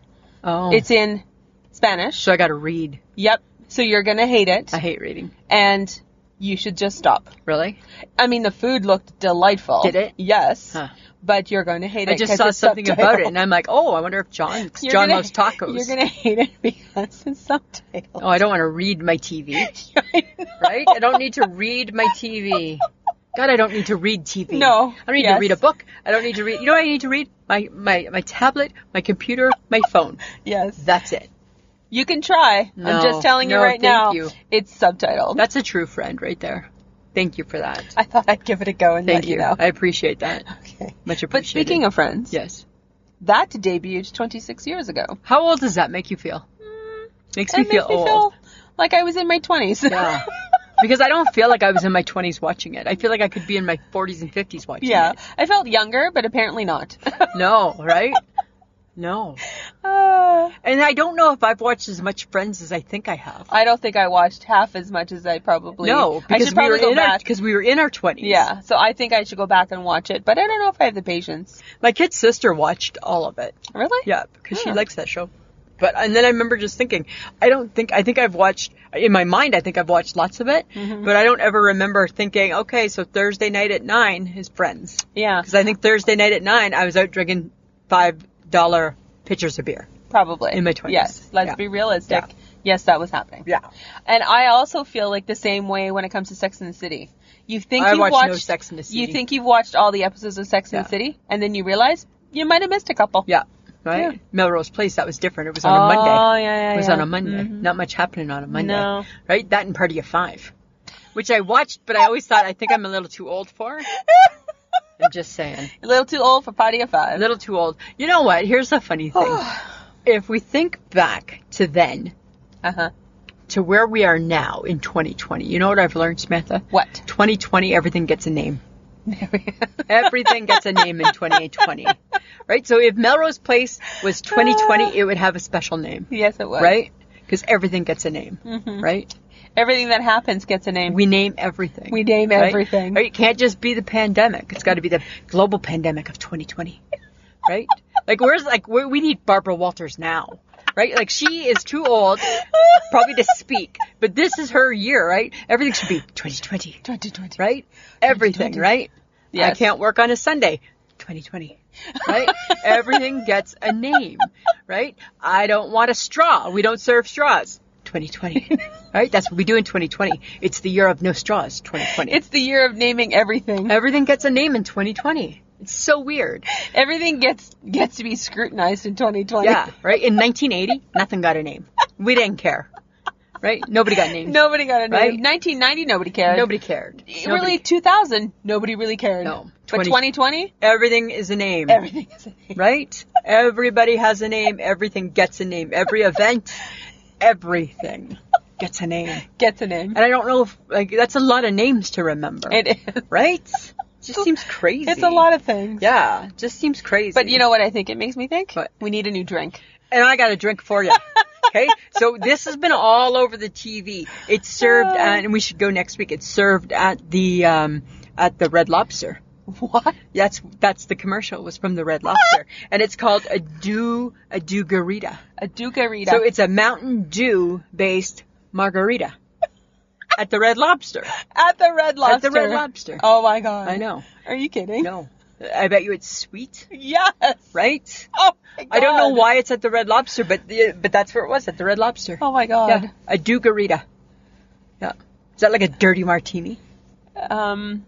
Oh. It's in Spanish. so I got to read. Yep. So you're gonna hate it, I hate reading. and you should just stop. Really? I mean, the food looked delightful. Did it? Yes. Huh. But you're going to hate I it. just 'cause saw it's something about it, subtitled. and I'm like, oh, I wonder if John You're John gonna- loves tacos. You're gonna hate it because it's subtitled. Oh, I don't want to read my TV, right? I don't need to read my TV. God, I don't need to read TV. No. I don't need Yes. to read a book. I don't need to read. You know what I need to read? My my my tablet, my computer, my phone. yes. That's it. you can try. No. I'm just telling you No, right thank now. you. It's subtitled. That's a true friend right there. Thank you for that. I thought I'd give it a go and let Thank you. you, know. I appreciate that. okay. Much appreciated. But speaking of friends, yes, that debuted 26 years ago. how old does that make you feel? Makes me Mm. It feel makes me old. feel like I was in my 20s. Yeah. because I don't feel like I was in my 20s watching it. I feel like I could be in my 40s and 50s watching Yeah. it. I felt younger, but apparently not. No, right? No. Uh, And I don't know if I've watched as much Friends as I think I have. I don't think I watched half as much as I probably. No, I because should we were probably go in our back. because we were in our 20s. yeah, so I think I should go back and watch it, but I don't know if I have the patience. My kid's sister watched all of it. Really? Yeah, because she Huh. likes that show. But and then I remember just thinking, I don't think I think I've watched in my mind. I think I've watched lots of it, Mm-hmm. but I don't ever remember thinking, okay, so Thursday night at nine is Friends, Yeah, because I think Thursday night at nine I was out drinking five dollar pitchers of beer. probably in my 20s. Yes, let's Yeah. be realistic. Yeah. Yes, that was happening. and I also feel like the same way when it comes to Sex and the City. You think I you've watched no watched Sex and the You City. think you've watched all the episodes of Sex and Yeah. the City, and then you realize you might have missed a couple. yeah, right. Yeah. Melrose Place that was different. It was on oh, a Monday. yeah, yeah, it was yeah. Mm-hmm. on a Monday. Not much happening on a Monday. No. Right, that and Party of Five, which I watched, but I always thought I think I'm a little too old for. I'm just saying. A little too old for Party of a Five. little too old. You know what? Here's the funny thing. if we think back to then, Uh huh. to where we are now in 2020, you know what I've learned, Samantha? What? 2020, everything gets a name. everything gets a name in 2020. Right? So if Melrose Place was 2020, it would have a special name. Yes, it Mm-hmm. was. Right? Because everything gets a name. Right? Everything that happens gets a name. We name everything. We name right? everything. Right? It can't just be the pandemic. It's got to be the global pandemic of 2020. Right? like, where's, like, we we need Barbara Walters now. Right? Like, she is too old probably to speak, but this is her year, right? Everything should be 2020. 2020. Right? Everything, right? I Yes. can't work on a Sunday. 2020. Right? everything gets a name. Right? I don't want a straw. We don't serve straws. 2020. right? That's what we do in 2020. It's the year of no straws, 2020. It's the year of naming everything. Everything gets a name in 2020. It's so weird. Everything gets gets to be scrutinized in 2020. Yeah, right? In 1980, nothing got a name. We didn't care. Right? Nobody got names. Nobody got a name. Right? 1990, nobody cared. Nobody cared. Nobody Really, 2000, nobody really cared. No. But 20 2020, Everything is a name, everything is a name. right? Everybody has a name. Everything gets a name. Every event, everything gets a name. Gets a name. And I don't know if like that's a lot of names to remember, It is. right? Just seems crazy. It's a lot of things. yeah. Just seems crazy. But you know what I think it makes me think? What? We need a new drink. and I got a drink for you. Okay, so this has been all over the TV. It's served, at, and we should go next week. It's served at the um, at the Red Lobster. What? That's that's the commercial was from the Red Lobster, and it's called a do a do garita. A Duca Rita. So it's a Mountain Dew based margarita at the Red Lobster. at the Red Lobster. the Red Lobster. Oh my god. I know. Are you kidding? No, I bet you it's sweet, Yes. right? Oh my god. I don't know why it's at the Red Lobster, but the, but that's where it was at the Red Lobster. Oh my god. Yeah, a Dugarita. Yeah. Is that like a dirty martini? Um.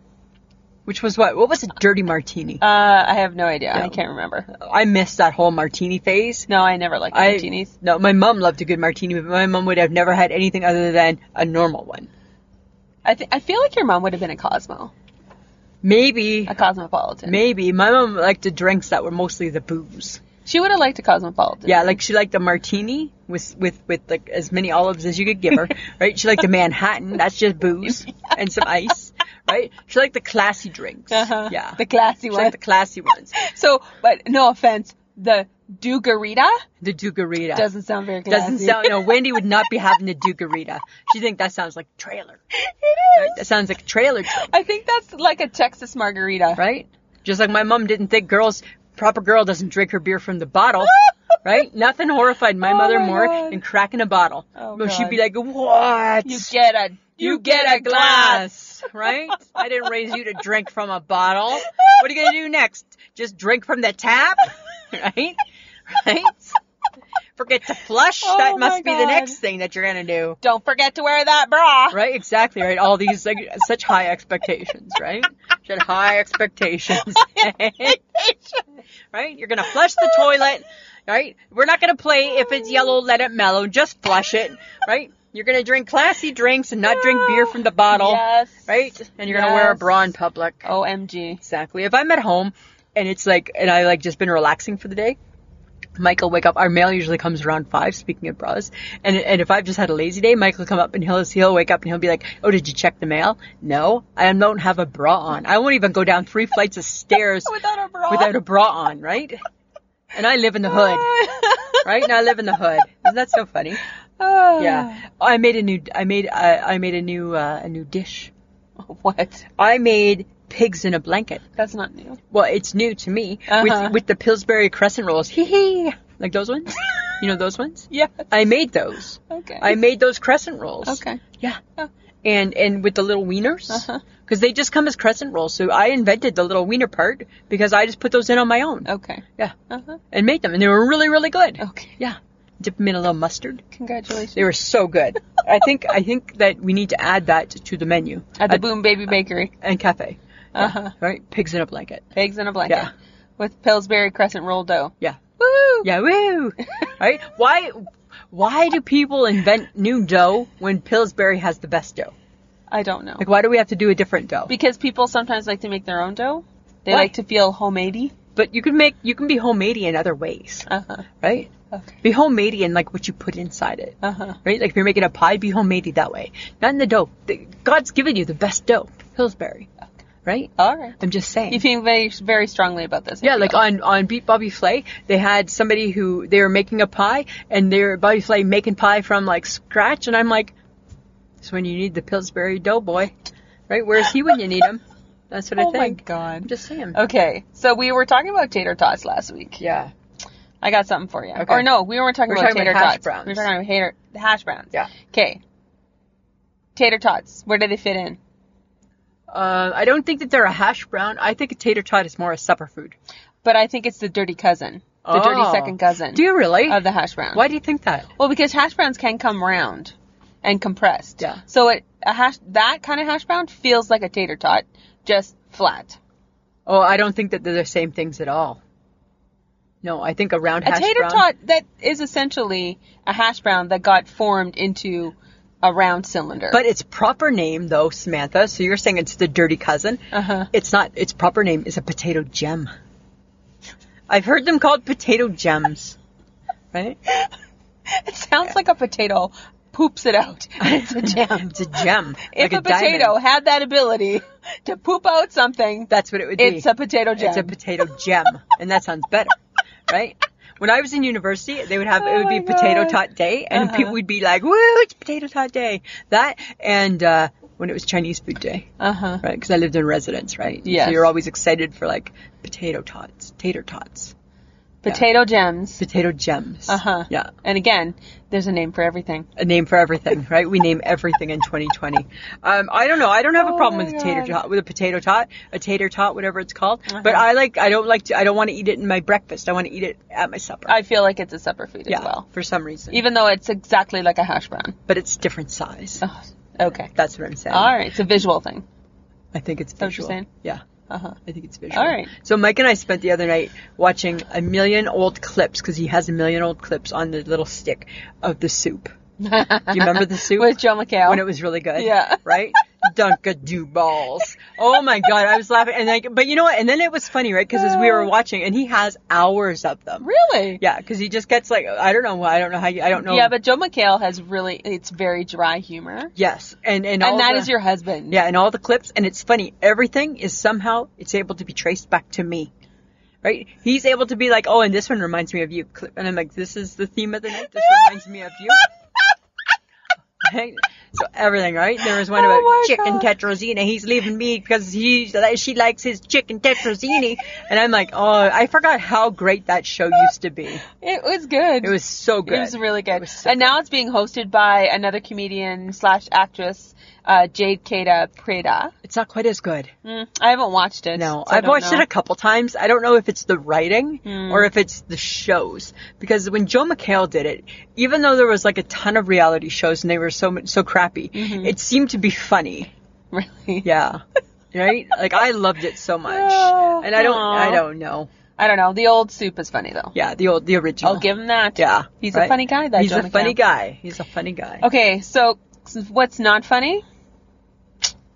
Which was what? What was a dirty martini? Uh. I have no idea. I can't remember. I missed that whole martini phase. Uh, No, I never liked I, martinis. No, my mom loved a good martini, but my mom would have never had anything other than a normal one. I th- I feel like your mom would have been a Cosmo, Maybe, a cosmopolitan. maybe my mom liked the drinks that were mostly the booze. She would have liked a cosmopolitan. Yeah, like she liked a martini with with with like as many olives as you could give her, right? She liked a Manhattan, that's just booze and some ice, right? She liked the classy drinks. Uh-huh. Yeah, The classy she one. liked the classy ones. so, but no offense, the Dugarita The Dugarita. doesn't sound very classy. Doesn't sound no, Wendy would not be having the Dugarita. She think that sounds like trailer. It is. That sounds like a trailer drink, I think that's like a Texas margarita. right? Just like my mom didn't think girls proper girl doesn't drink her beer from the bottle. Right? Nothing horrified my mother Oh my more God. than cracking a bottle. Oh, But she'd God. be like, What? You get a You get a glass, right? I didn't raise you to drink from a bottle. What are you gonna do next? Just drink from the tap, right? Right? Forget to flush. Oh that my must be the God. next thing that you're gonna do, Don't forget to wear that bra. right? Exactly, right? All these like such high expectations, right? She had high expectations, right? You're gonna flush the toilet, right? We're not gonna play if it's yellow, let it mellow. Just flush it, right? You're gonna drink classy drinks and not drink beer from the bottle Yes. right? And you're gonna wear a Yes. Oh, bra in public. OMG. Exactly. If I'm at home and it's like, and I like just been relaxing for the day, Michael wake up. Our mail usually comes around five. Speaking of bras, and and if I've just had a lazy day, Michael come up and he'll he'll wake up and he'll be like, "Oh, did you check the mail? No, I don't have a bra on. I won't even go down three flights of stairs Without a bra. without a bra on, right? And I live in the hood, right? And I live in the hood. Isn't that so funny? Yeah. I made a new. I made. I, I made a new. Uh, a new dish. What? I made pigs in a blanket. That's not new. Well, it's new to me Uh-huh. with with the Pillsbury crescent rolls. Hee hee. Like those ones? you know those ones? Yeah. I made those. Okay. I made those crescent rolls. Okay. Yeah. Oh. And and with the little wieners. Uh-huh. Cuz they just come as crescent rolls. So I invented the little wiener part because I just put those in on my own. Okay. Yeah. Uh-huh. Oh. And made them and they were really really good. Okay. Yeah. Dip them in a little mustard. Congratulations. They were so good. I think I think that we need to add that to the menu At the Boom Baby Bakery. and cafe. Uh-huh. Right? Pigs in a blanket. Pigs in a blanket. Yeah. With Pillsbury Crescent Roll Dough. Yeah. Woo! Yeah, woo. right? Why why do people invent new dough when Pillsbury has the best dough? I don't know. Like why do we have to do a different dough? Because people sometimes like to make their own dough. They Why? like to feel homeady. But you can make you can be homeady in other ways, Uh-huh. right? Okay. Be homeady in like what you put inside it. Uh-huh. Right? Like if you're making a pie, be homeady that way. Not in the dough. The- God's given you the best dough, Pillsbury. Right? All right. I'm just saying. You feel very, very strongly about this. I Yeah, feel. like on on Beat Bobby Flay, they had somebody who they were making a pie, and they were Bobby Flay making pie from like scratch, and I'm like, "It's when you need the Pillsbury Doughboy, right? Where's he when you need him?" That's what I Oh my think. god. I'm just saying. Okay, so we were talking about tater tots last week. Yeah. I got something for you. Okay. Or no, we weren't talking We're about talking about tater hash tots. browns. We were talking about hater, the hash browns. Yeah. Okay. Tater tots. Where do they fit in? Uh, I don't think that they're a hash brown. I think a tater tot is more a supper food. But I think it's the dirty cousin, the dirty Oh. second cousin Do you really? of the hash brown. Why do you think that? Well, because hash browns can come round and compressed. Yeah. So it a hash that kind of hash brown feels like a tater tot, just flat. Oh, I don't think that they're the same things at all. No, I think a round A hash tater brown. tot that is essentially a hash brown that got formed into a round cylinder. But its proper name, though, Samantha. So you're saying it's the dirty cousin? Uh-huh. It's not. Its proper name is a potato gem. I've heard them called potato gems, right? it sounds like a potato poops it out. It's a gem. It's a gem. if like a, a, potato diamond. had that ability to poop out something, that's what it would be. it's a potato gem. It's a potato gem, and that sounds better, right? When I was in university, they would have it would be Oh my potato God. Uh-huh. tot day, and people would be like, "Woo, it's potato tot day!" That and uh, when it was Chinese food day, Uh-huh. right? Because I lived in residence, right? Yes. So you're always excited for like potato tots, tater tots, Potato gems. potato gems. Uh huh. Yeah, And again, there's a name for everything. a name for everything, right? We name everything in 2020. Um, I don't know. I don't have a Oh problem my with a tater God. Uh-huh. tot, with a potato tot, a tater tot, whatever it's called. But I like. I don't like to. I don't want to eat it in my breakfast. I want to eat it at my supper. I feel like it's a supper food yeah, as well. for some reason. Even though it's exactly like a hash brown. but it's different size. Ugh, Uh-huh. okay. That's what I'm saying. All right. It's a visual thing. I think it's what you're visual. saying? Yeah. Uh-huh. I think it's visual. All right. So Mike and I spent the other night watching a million old clips because he has a million old clips on the little stick of the soup. Do you remember the soup? With Joe McHale. when it was really good. Yeah. Right? Dunkadoo balls. Oh my god, I was laughing and like, but you know what? And then it was funny, right? Because as we were watching, and he has hours of them. really? Yeah, because he just gets like, I don't know, why- I don't know how you, I don't know. Yeah, but Joe McHale has really, it's very dry humor. yes, and and all and that the- is your husband. Yeah, and all the clips, and it's funny. Everything is somehow it's able to be traced back to me, right? He's able to be like, oh, and this one reminds me of you, clip, and I'm like, this is the theme of the night. This reminds me of you. Right? So everything, right? There was one Oh about my chicken God. tetrazzini. He's leaving me because he she likes his chicken tetrazzini, and I'm like, oh, I forgot how great that show used to be. It was good. It was so good. It was really good. was so and now it's being hosted by another comedian slash actress, uh, Jade Kada Preda. It's not quite as good. Mm, I haven't watched it. No, so I I've don't watched know. Hmm. it a couple times. I don't know if it's the writing or if it's the shows because when Joe McHale did it, even though there was like a ton of reality shows and they were so mu- so crappy, Mm-hmm. it seemed to be funny. Really? Yeah. Right? Like I loved it so much. Oh, and I don't aw. I don't know. I don't know. The old soup is funny though. Yeah, the old the original. I'll give him that. Yeah. He's a right? funny guy. That He's Joe a funny McHale. guy. He's a funny guy. Okay, so what's not funny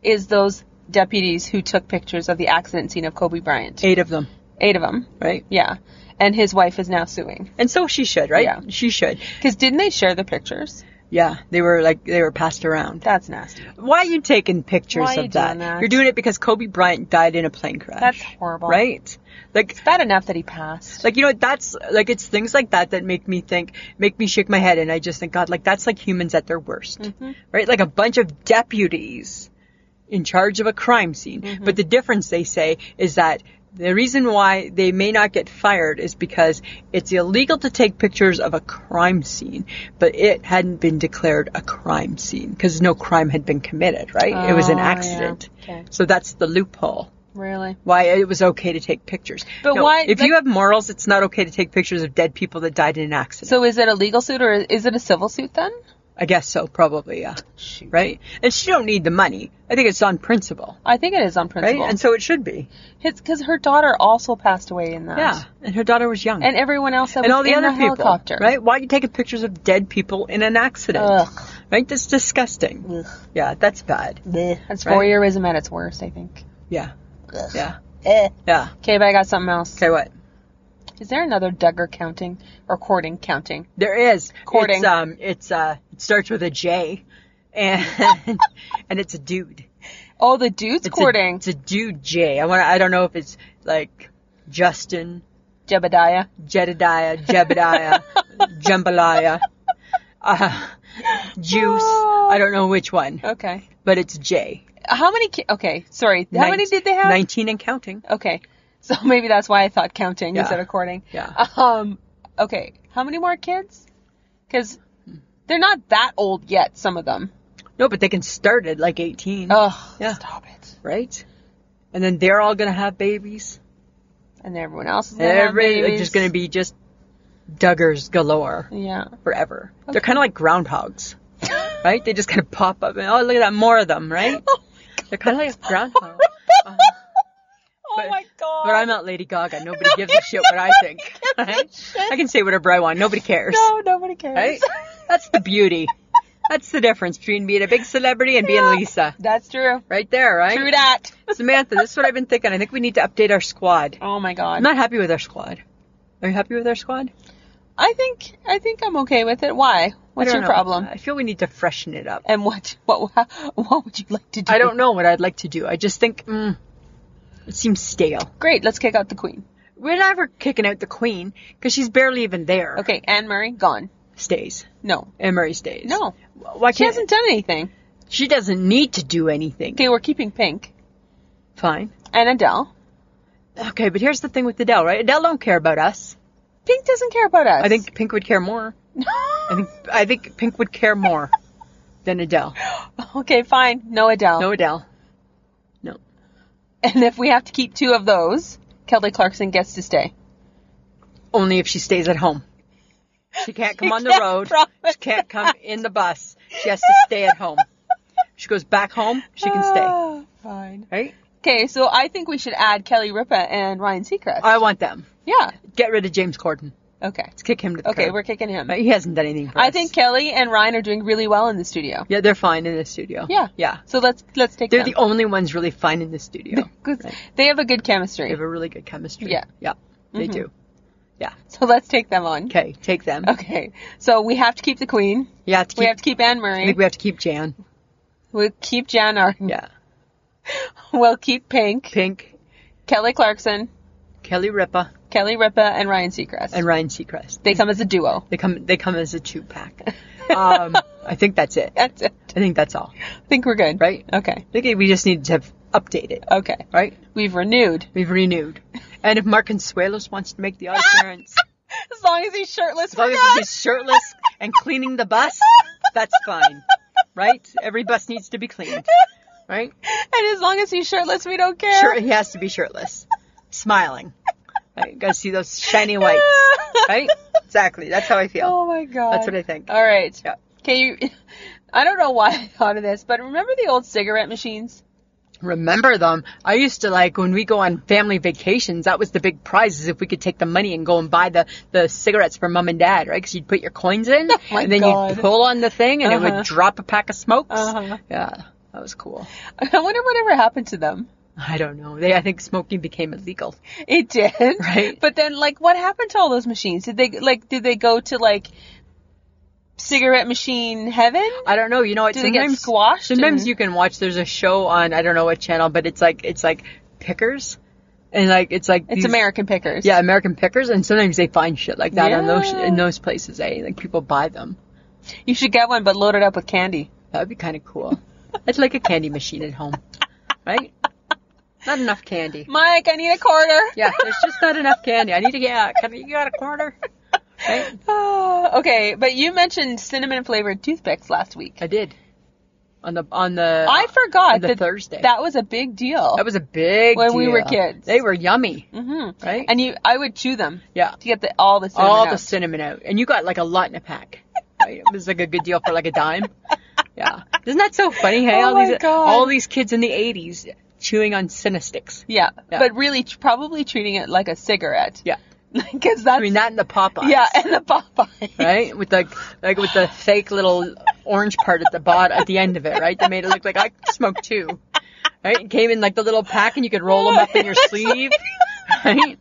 is those deputies who took pictures of the accident scene of Kobe Bryant. Eight of them, Eight of them. right? Yeah. And his wife is now suing. And so she should, right? Yeah. She should. Because didn't they share the pictures? Yeah, they were like they were passed around. That's nasty. Why are you taking pictures Why of are you that? doing that? You're doing it because Kobe Bryant died in a plane crash. That's horrible. Right? Like Bad enough that he passed. like you know that's like it's things like that that make me think make me shake my head and I just think god like that's like humans at their worst. Mm-hmm. Right? Like a bunch of deputies in charge of a crime scene. Mm-hmm. But the difference they say is that the reason why they may not get fired is because it's illegal to take pictures of a crime scene, but it hadn't been declared a crime scene because no crime had been committed, right? it was an Oh, yeah. accident. Okay. So that's the loophole. really? Why it was okay to take pictures. But No, why- If like- you have morals, it's not okay to take pictures of dead people that died in an accident. So is it a legal suit or is it a civil suit then? I guess so, probably, yeah. Shoot. Right? And she don't need the money. I think it's on principle, I think it is on right? principle. And so it should be. because her daughter also passed away in that. Yeah. And her daughter was young. And everyone else that and was all the in other the people, helicopter. right? Why are you taking pictures of dead people in an accident? Ugh. Right? That's disgusting. Ugh. Yeah, that's bad. That's Right. voyeurism at its worst, I think. Yeah, yeah, Eh. yeah. Okay, but I got something else. Okay, what? Is there another Duggar counting or courting counting? There is Courting. It's, um, it's uh, it starts with a J, and and it's a dude. Oh, the dudes It's a- courting. it's a dude J. I want. I don't know if it's like Justin, Jebediah. Jedediah, Jebediah, Jambalaya, uh, Juice. Oh. I don't know which one, Okay. but it's J. How many? Ki- okay, sorry. How many Nin- did they have? Nineteen and counting. Okay, so maybe that's why I thought counting Yeah. instead of courting. Yeah. Um. Okay. How many more kids? Because they're not that old yet. Some of them. No, but they can start at like 18, Ugh. Yeah. Stop it. right? And then they're all gonna have babies. And everyone else is gonna have Everybody like, babies. just gonna be just Duggars galore Yeah. forever. They're kind of like groundhogs, right? They just kind of pop up and oh look at that, more of them, right? They're kind of like a groundhog. Oh Oh, uh, But- my god. But I'm not Lady Gaga. Nobody gives a shit what I think. right? I can say whatever I want. Nobody cares. No, nobody cares. Right? That's the beauty. That's the difference between being a big celebrity and being Lisa. That's true. Right there, right? True that. Samantha, this is what I've been thinking. I think we need to update our squad. Oh my god. I'm not happy with our squad. Are you happy with our squad? I think I think I'm okay with it. Why? What's I your don't know. problem? I feel we need to freshen it up. And what what what would you like to do? I don't know what I'd like to do. I just think mm, it seems stale. Great. Let's kick out the queen. We're never kicking out the queen because she's barely even there. Okay, Anne Murray gone. Stays. No, Anne Murray stays. no, Why can't, she hasn't done anything. She doesn't need to do anything. Okay, we're keeping Pink Fine. and Adele. Okay, but here's the thing with Adele, right? Adele don't care about us. Pink doesn't care about us. I think Pink would care more. I think I think Pink would care more than Adele. okay, fine. No Adele. No Adele. No. And if we have to keep two of those, Kelly Clarkson gets to stay. Only if she stays at home. She can't come on the can't road. promise She can't come in the bus. She has to stay at home. She goes back home, she can stay. Ah, Fine. Right? Okay, so I think we should add Kelly Ripa and Ryan Seacrest. I want them. yeah. Get rid of James Corden. Okay. Kick him to the Okay, curb. we're kicking him. He hasn't done anything for I us. think Kelly and Ryan are doing really well in the studio. Yeah, they're fine in the studio. Yeah. Yeah. So let's let's take They're them. the only ones really fine in the studio. 'Cause Right. They have a good They chemistry. have a really good chemistry. Yeah. Mm-hmm. Yeah. They do. so let's take them on. Okay, take them. Okay. So we have to keep the queen. You have to keep, we have to keep Mm-hmm. Anne I Murray. think we have to keep Jan. We'll keep Jan Arden. Yeah. We'll keep Pink, Pink, Kelly Clarkson, Kelly Ripa, Kelly Ripa, and Ryan Seacrest. and Ryan Seacrest. they come as a duo. They come they come as a two pack. um, I think that's it. That's it. I think that's all. I think we're good. Right? Okay. I think we just need to have updated it. Okay. Right? We've renewed. We've renewed. And if Mark Consuelos wants to make the odd appearance, As long as he's shirtless, as long we're as good. he's shirtless and cleaning the bus, that's fine. Right? Every bus needs to be cleaned. Right? and as long as he's shirtless, we don't care. Sure, he has to be shirtless, smiling. Right? Gotta see those shiny whites. Right? Exactly. That's how I feel. Oh my god. That's what I think. All right. Yeah. Can you? I don't know why I thought of this, but remember the old cigarette machines? remember them. I used to like when we go on family vacations, that was the big prize is if we could take the money and go and buy the, the cigarettes for mom and dad, right? Cause you'd put your coins in Oh my and then God. you'd pull on the thing and it Uh-huh. would drop a pack of smokes. Uh-huh. Yeah. That was cool. I wonder whatever happened to them. I don't know. They, I think smoking became illegal. It did, Right. But then, like, what happened to all those machines? Did they like? Did they go to like cigarette machine heaven? I don't know. You know what? Do they get squashed Sometimes and- you can watch. There's a show on I don't know what channel, but it's like it's like pickers, and like it's like It's these- American Pickers. Yeah, American pickers, and sometimes they find shit like that on those Yeah. in those places. Eh? Like people buy them. you should get one, but load it up with candy. That would be kind of cool. It's like a candy machine at home, right? Not enough candy. Mike, I need a quarter. Yeah, there's just not enough candy. I need to get. Can you got a quarter? Right? Ah, okay, but you mentioned cinnamon flavored toothpicks last week. I did. On the on the I forgot on the that Thursday. that was a big deal. that was a big When we were deal. kids. They were yummy, mm-hmm. right? And you, I would chew them yeah, to get the all the cinnamon. all out. the cinnamon out, and you got like a lot in a pack. Right? It was like a good deal for like a dime. Yeah, isn't that so funny? Hey, Oh all my these God. all these kids in the '80s chewing on Cinesticks. yeah. Yeah. but really, tr- probably treating it like a cigarette. Yeah, because that's I mean that and the Popeyes. yeah, and the Popeye. right? With like like with the fake little orange part at the bottom at the end of it, right? That made it look like I smoked two, right? It came in like the little pack, and you could roll them up in your sleeve, right?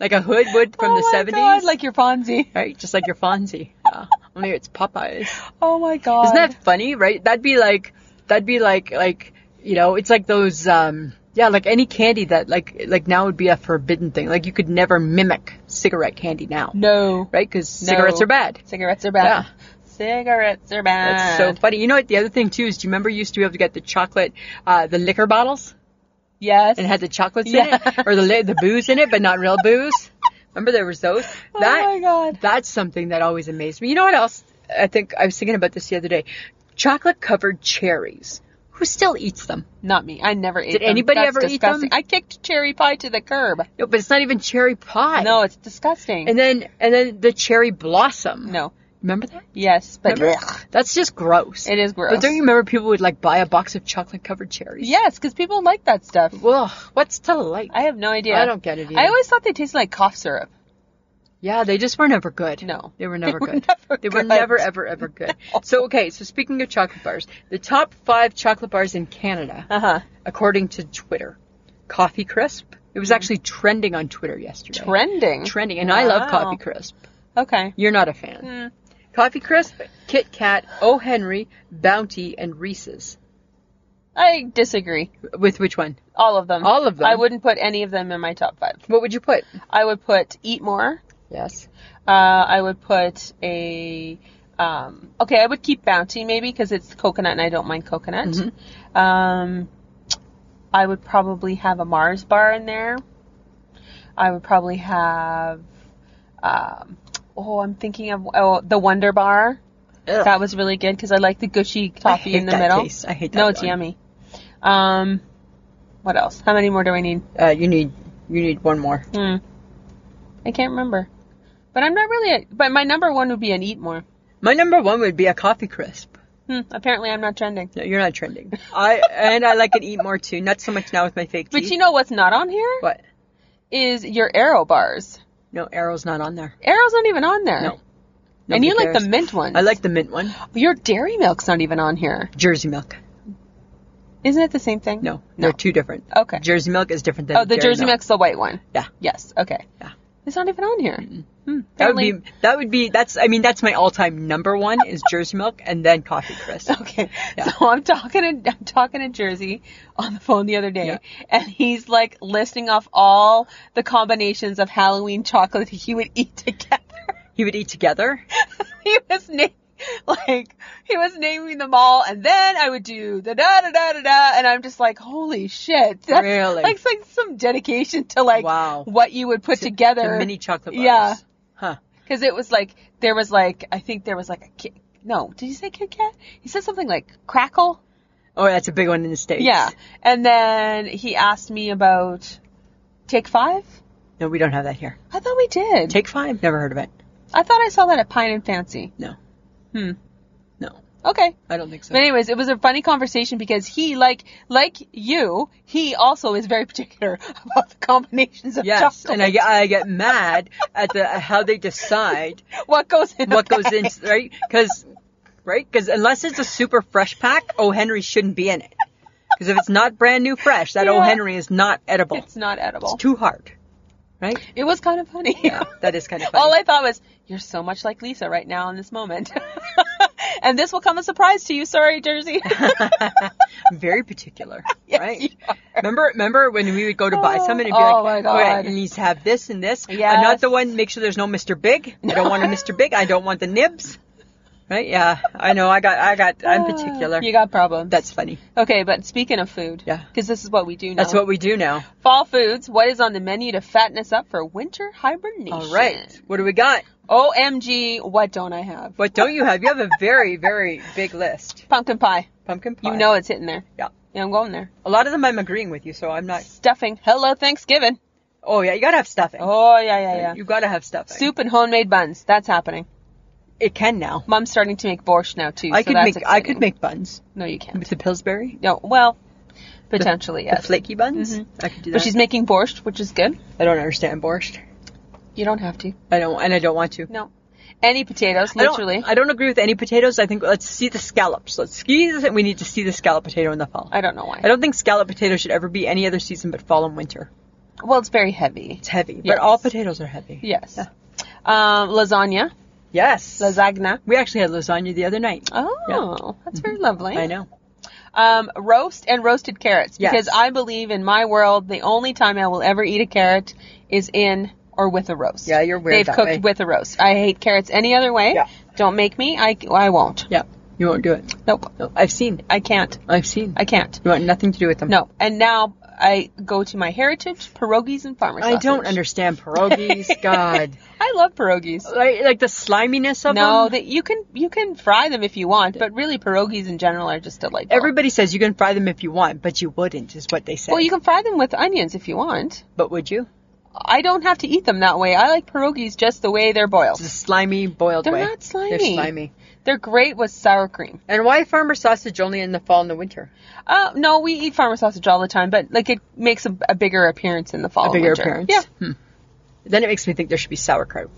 Like a hood would from oh the my '70s, God, like your Fonzie. right? Just like your Fonzie. Yeah. Only it's Popeyes. Oh my God. Isn't that funny, right? That'd be like that'd be like like you know, it's like those um yeah, like any candy that like like now would be a forbidden thing. Like you could never mimic cigarette candy now, no? right? Because cigarettes No. are bad. Cigarettes are bad. Cigarettes are bad. That's so funny. You know what? The other thing too is, do you remember you used to be able to get the chocolate, uh, the liquor bottles, yes. and it had the chocolates Yeah. in it, or the li- the booze in it, but not real booze. Remember there was those. That oh my God. that's something that always amazed me. You know what else? I think I was thinking about this the other day. Chocolate covered cherries. Who still eats them? Not me. I never ate Did them. anybody That's ever eat disgusting. them? I kicked cherry pie to the curb. No, but it's not even cherry pie. No, it's disgusting. And then and then the cherry blossom. no. Remember that? Yes, but Remember? That's just gross. It is gross. But don't you remember people would like buy a box of chocolate covered cherries? yes, because people like that stuff. Ugh, what's to like? I have no idea. I don't get it either. I always thought they tasted like cough syrup. Yeah, they just were never good. No. They were never were good. never they were good. never, ever, ever good. So, okay, so speaking of chocolate bars, the top five chocolate bars in Canada, Uh-huh. according to Twitter Coffee Crisp. It was actually trending on Twitter yesterday. Trending. Trending. And I love Wow. Hmm. Coffee Crisp. Okay. You're not a fan. Coffee Crisp, Kit Kat, O. Henry, Bounty, and Reese's. I disagree. With which one? All of them. All of them? I wouldn't put any of them in my top five. What would you put? I would put Eat More. Yes. Uh, I would put a. Um, okay, I would keep Bounty maybe because it's coconut and I don't mind coconut. Mm-hmm. Um, I would probably have a Mars bar in there. I would probably have. Um, oh, I'm thinking of oh, the Wonder Bar. Ugh. That was really good because I like the Gucci toffee hate in the that middle. taste. I hate that No, it's one. yummy. Um, what else? How many more do I need? Uh, you need you need one more. Hmm. I can't remember. But I'm not really. A, but my number one would be an eat more. My number one would be a coffee crisp. Hmm, apparently, I'm not trending. No, you're not trending. I and I like an eat more too. Not so much now with my fake But teeth. you know what's not on here is what? your arrow bars. No, arrow's not on there. Arrow's not even on there. No. and Nobody you like cares. the mint ones. I like the mint one. your dairy milk's not even on here. Jersey milk. Isn't it the same thing? No, No. they're two different. Okay. Jersey milk is different than. oh, the dairy Jersey milk's the white one. Yeah. Yes. Okay. Yeah. It's not even on here. Hmm, That would apparently- be that would be that's I mean that's my all time number one is Jersey milk and then coffee crisp. Okay. So I'm talking to I'm talking to Jersey on the phone the other day, Yeah. and he's like listing off all the combinations of Halloween chocolate he would eat together. You would eat together. he was naming like he was naming them all, and then I would do da da da da da da, and I'm just like, holy shit, that's Really? like, it's like some dedication to like Wow. what you would put The together. mini chocolate bars. Yeah. Huh. Because it was like there was like I think there was like a kid. No, did he say Kit Kat? He said something like crackle. Oh, that's a big one in the states. Yeah. And then he asked me about Take Five. No, we don't have that here. I thought we did. Take five. Never heard of it. I thought I saw that at Pine and Fancy. No. Hmm. No, Okay. I don't think so. But anyways, it was a funny conversation because he like like you, he also is very particular about the combinations of Yes, chocolate. and I get, I get mad at the how they decide what goes in what the goes in, right? Because right, because unless it's a super fresh pack, O. Henry shouldn't be in it. Because if it's not brand new fresh, that O. Yeah. Henry is not edible. It's not edible. It's too hard, right? it was kind of funny. Yeah, that is kind of funny. All I thought was, you're so much like Lisa right now in this moment. and this will come as a surprise to you. Sorry, Jersey. I'm very particular, right? you Remember, remember when we would go to buy something and be Oh like, my God. "Alright, it needs to have this and this. I'm not Yes. the one. Make sure there's no Mr. Big. I don't want a Mr. Big. I don't want the nibs. Right? Yeah, I know. I got, I got. I'm particular. you got problems. That's funny. Okay, but speaking of food, Yeah. because this is what we do now. That's what we do now. fall foods. What is on the menu to fatten us up for winter hibernation? All right. What do we got? Omg, what don't I have? What don't you have? You have a very, very big list. Pumpkin pie. Pumpkin pie. You know it's hitting there. Yeah. Yeah, I'm going there. A lot of them I'm agreeing with you, so I'm not. Stuffing. Hello Thanksgiving. Oh yeah, you gotta have stuffing. Oh yeah, yeah, yeah. You gotta have stuffing. Soup and homemade buns. That's happening. It can now. Mom's starting to make borscht now too. I so could that's make. I could exciting. make buns No, you can't. with the Pillsbury. No, well, potentially The yes. flaky buns. I could do that. But she's making borscht, which is good. I don't understand borscht. You don't have to. I don't, and I don't want to. No. Any potatoes, I don't- literally. I don't agree with any potatoes. I think let's see the scallops. Let's ski. We need to see the scallop potato in the fall. I don't know why. I don't think scallop potato should ever be any other season but fall and winter. well, it's very heavy. It's heavy, but Yes. all potatoes are heavy. Yes. Um, lasagna. Yes. Lasagna. We actually had lasagna the other night. Oh, that's very lovely. I know. Um, roast and roasted carrots Yes. because I believe in my world the only time I will ever eat a carrot is in or with a roast. Yeah, you're weird They've that cooked way. with a roast. I hate carrots any other way. Yeah. Don't make me. I, I won't. Yeah. You won't do it. Nope. No, I've seen. I can't. I've seen. I can't. You want nothing to do with them. No. And now I go to my heritage pierogies and farmers. I don't understand pierogies. God. I love pierogies. Like, like the sliminess of them. No, that you can you can fry them if you want, but really pierogies in general are just delightful. Everybody says you can fry them if you want, but you wouldn't, is what they say. well, you can fry them with onions if you want. But would you? I don't have to eat them that way. I like pierogies just the way they're boiled. It's a slimy boiled They're way. not slimy. They're slimy. They're great with sour cream. And why farmer sausage only in the fall and the winter? Uh, no, we eat farmer sausage all the time, but like it makes a, a bigger appearance in the fall. A and bigger winter. appearance. Yeah. Hmm. Then it makes me think there should be sauerkraut.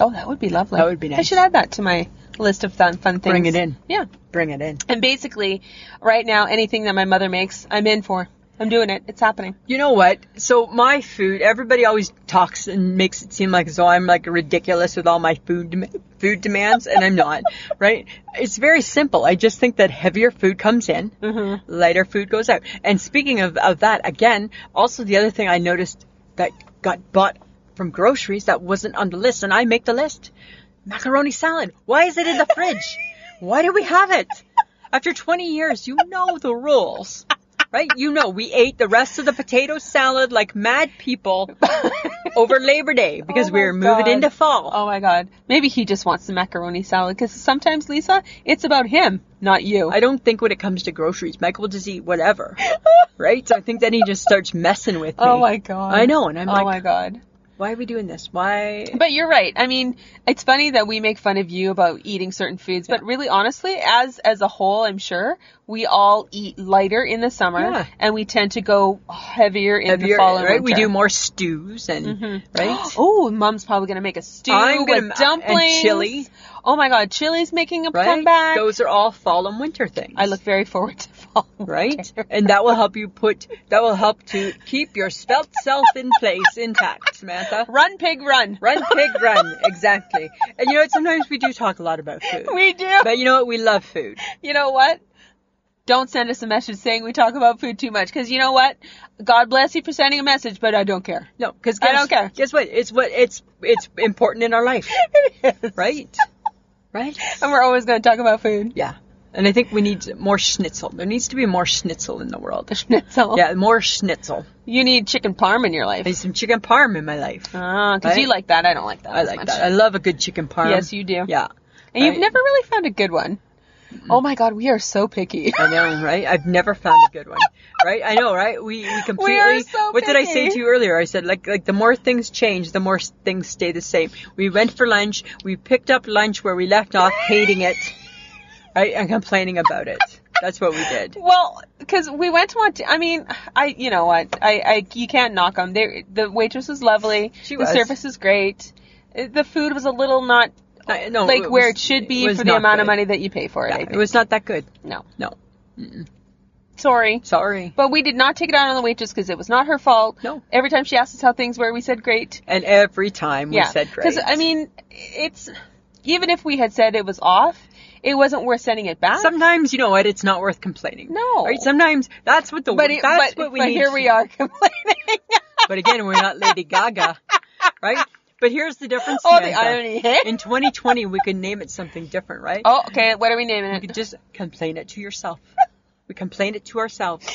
Oh, that would be lovely. That would be I nice. should add that to my list of fun, fun things. Bring it in. Yeah. Bring it in. And basically, right now, anything that my mother makes, I'm in for. I'm doing it. It's happening. You know what? So my food, everybody always talks and makes it seem like as though I'm like ridiculous with all my food dem- food demands, and I'm not, right? It's very simple. I just think that heavier food comes in, lighter food goes out. And speaking of of that, again, also the other thing I noticed that got bought from groceries that wasn't on the list, and I make the list: macaroni salad. Why is it in the fridge? Why do we have it? After 20 years, you know the rules right? You know, we ate the rest of the potato salad like mad people over Labor Day because Oh we were my moving God. into fall. Oh my God. Maybe he just wants the macaroni salad because sometimes, Lisa, it's about him, not you. I don't think when it comes to groceries, Mike will just eat whatever, right? So I think then he just starts messing with me. oh my God. I know, and I'm oh like, my God. why are we doing this? Why? But you're right. I mean, it's funny that we make fun of you about eating certain foods, but really honestly, as as a whole, I'm sure we all eat lighter in the summer Yeah. and we tend to go heavier in Have the your- fall and right? We winter. Mm-hmm. do more stews and right. Oh, mom's probably gonna make a stew I'm gonna with ma- dumplings and chili. Oh my god, chili's making a Right? comeback. Those are all fall and winter things. I look very forward to fall. right? And that will help you put that will help to keep your spelt self in place intact, Samantha. Run, pig, run. Run, pig, run. Exactly. And you know what? Sometimes we do talk a lot about food. We do. But you know what? We love food. you know what? Don't send us a message saying we talk about food too much, because you know what? God bless you for sending a message, but I don't care. No, because I don't care. Guess what? It's what it's it's important in our life. Right. Right. And we're always going to talk about food. Yeah. And I think we need more schnitzel. There needs to be more schnitzel in the world. Schnitzel. Yeah, more schnitzel. You need chicken parm in your life. I need some chicken parm in my life. Ah, because you Right? like that. I don't like that. I as like much. that. I love a good chicken parm. Yes, you do. Yeah. and you've right. never really found a good one. Oh my God, we are so picky. I know, right? I've never found a good one, right? I know, right? We we completely. so what did I say picky. to you earlier? I said like like the more things change, the more s- things stay the same. We went for lunch. We picked up lunch where we left off, hating it, right, and complaining about it. That's what we did. Well, because we went to Mont. I mean, I you know what? I, I you can't knock them. They, the waitress was lovely. She The was. service was great. Uh, The food was a little not I, no, like Oh, it where was- it should be was for the not amount of good. money that you pay for it. I Yeah, think. it was not that good. no, No, sorry. sorry. But we did not take it out on the waitress because it was not her fault. No. Every time she asked us how things were, we said great. And every time yeah. we said great. I mean, it's even if we had said it was off, it wasn't worth sending it back. Sometimes you know what? It's not worth complaining. No. Right? Sometimes that's what the but it, that's but, what we but need here to- we are complaining. But again, we're not Lady Gaga, right? But here's the difference. oh, the Samantha. irony. In 2020, we could name it something different, right? oh, okay. What are we naming You it? could just complain it to yourself. We complain it to ourselves,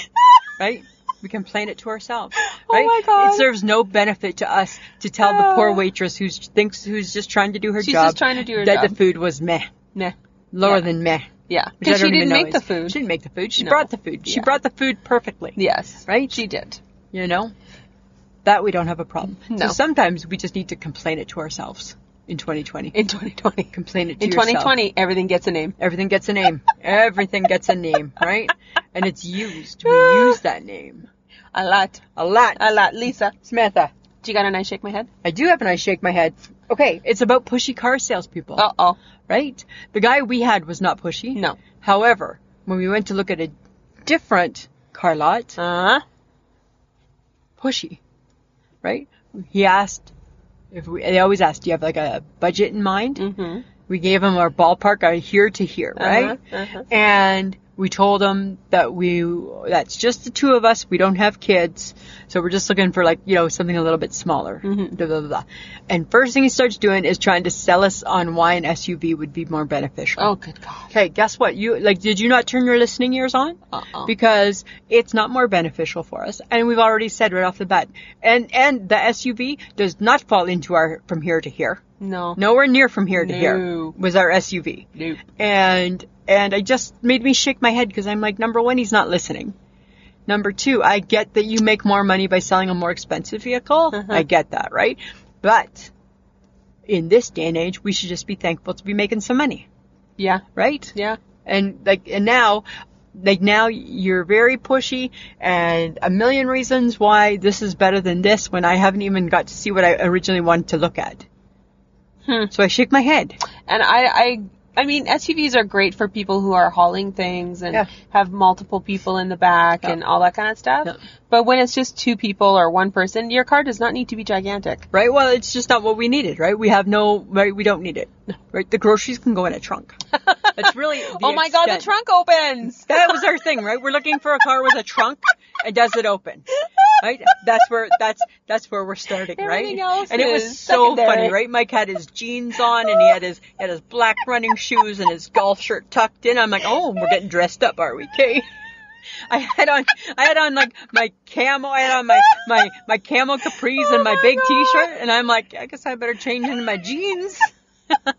right? We complain it to ourselves, Oh right? my God. It serves no benefit to us to tell the poor Oh. waitress who thinks who's just trying to do her She's job just trying to do her that the job. food was meh, Nah. lower Yeah. than meh. Yeah. which I Because she don't didn't even know make the is- food. She didn't make the food. She No. brought the food. She Yeah. brought the food perfectly. Yes. Right? She did. You know, that we don't have a problem. No. So sometimes we just need to complain it to ourselves in 2020. In 2020. complain it to In yourself. 2020, everything gets a name. Everything gets a name. Everything gets a name, right? And it's used. We use that name A lot. a lot. A lot. Lisa, Samantha, do you got an I shake my head? I do have an I shake my head. Okay, it's about pushy car salespeople, Uh oh. right? The guy we had was not pushy. No. However, when we went to look at a different car lot, Uh huh. pushy, right? He asked if we. They always ask, "Do you have like a budget in mind?" Mm-hmm. We gave him our ballpark, our here to here, right? And we told him that we that's just the two of us. We don't have kids, so we're just looking for like you know something a little bit smaller. Blah, blah, blah. And first thing he starts doing is trying to sell us on why an SUV would be more beneficial. Oh, good God. Okay, guess what? You like did you not turn your listening ears on? Uh-uh. Because it's not more beneficial for us. And we've already said right off the bat. And and the SUV does not fall into our from here to here. No. Nowhere near from here to here No. was our SUV. Nope. And and I just made me shake my head because I'm like, number one, he's not listening. Number two, I get that you make more money by selling a more expensive vehicle. Uh-huh. I get that, right? But in this day and age, we should just be thankful to be making some money, Yeah. right? Yeah. and like and now like now you're very pushy and a million reasons why this is better than this when I haven't even got to see what I originally wanted to look at. Hmm. So I shake my head. And I, I, I mean, SUVs are great for people who are hauling things and Yeah. have multiple people in the back and all that kind of stuff. Yeah. But when it's just two people or one person, your car does not need to be gigantic. Right? Well, it's just not what we needed, right? We have no right we don't need it. Right? The groceries can go in a trunk. That's really the oh my god, the extent. trunk opens. That was our thing, right? We're looking for a car with a trunk and does it open. Right? That's where that's that's where we're starting, Everything right? else and it is was so secondary. funny, right? Mike had his jeans on and he had his he had his black running shoes and his golf shirt tucked in. I'm like, oh, we're getting dressed up, are we, Kay? I had on I had on like my camo I had on my my my camo capris Oh and my, big t-shirt and I'm like I guess I better change into my jeans.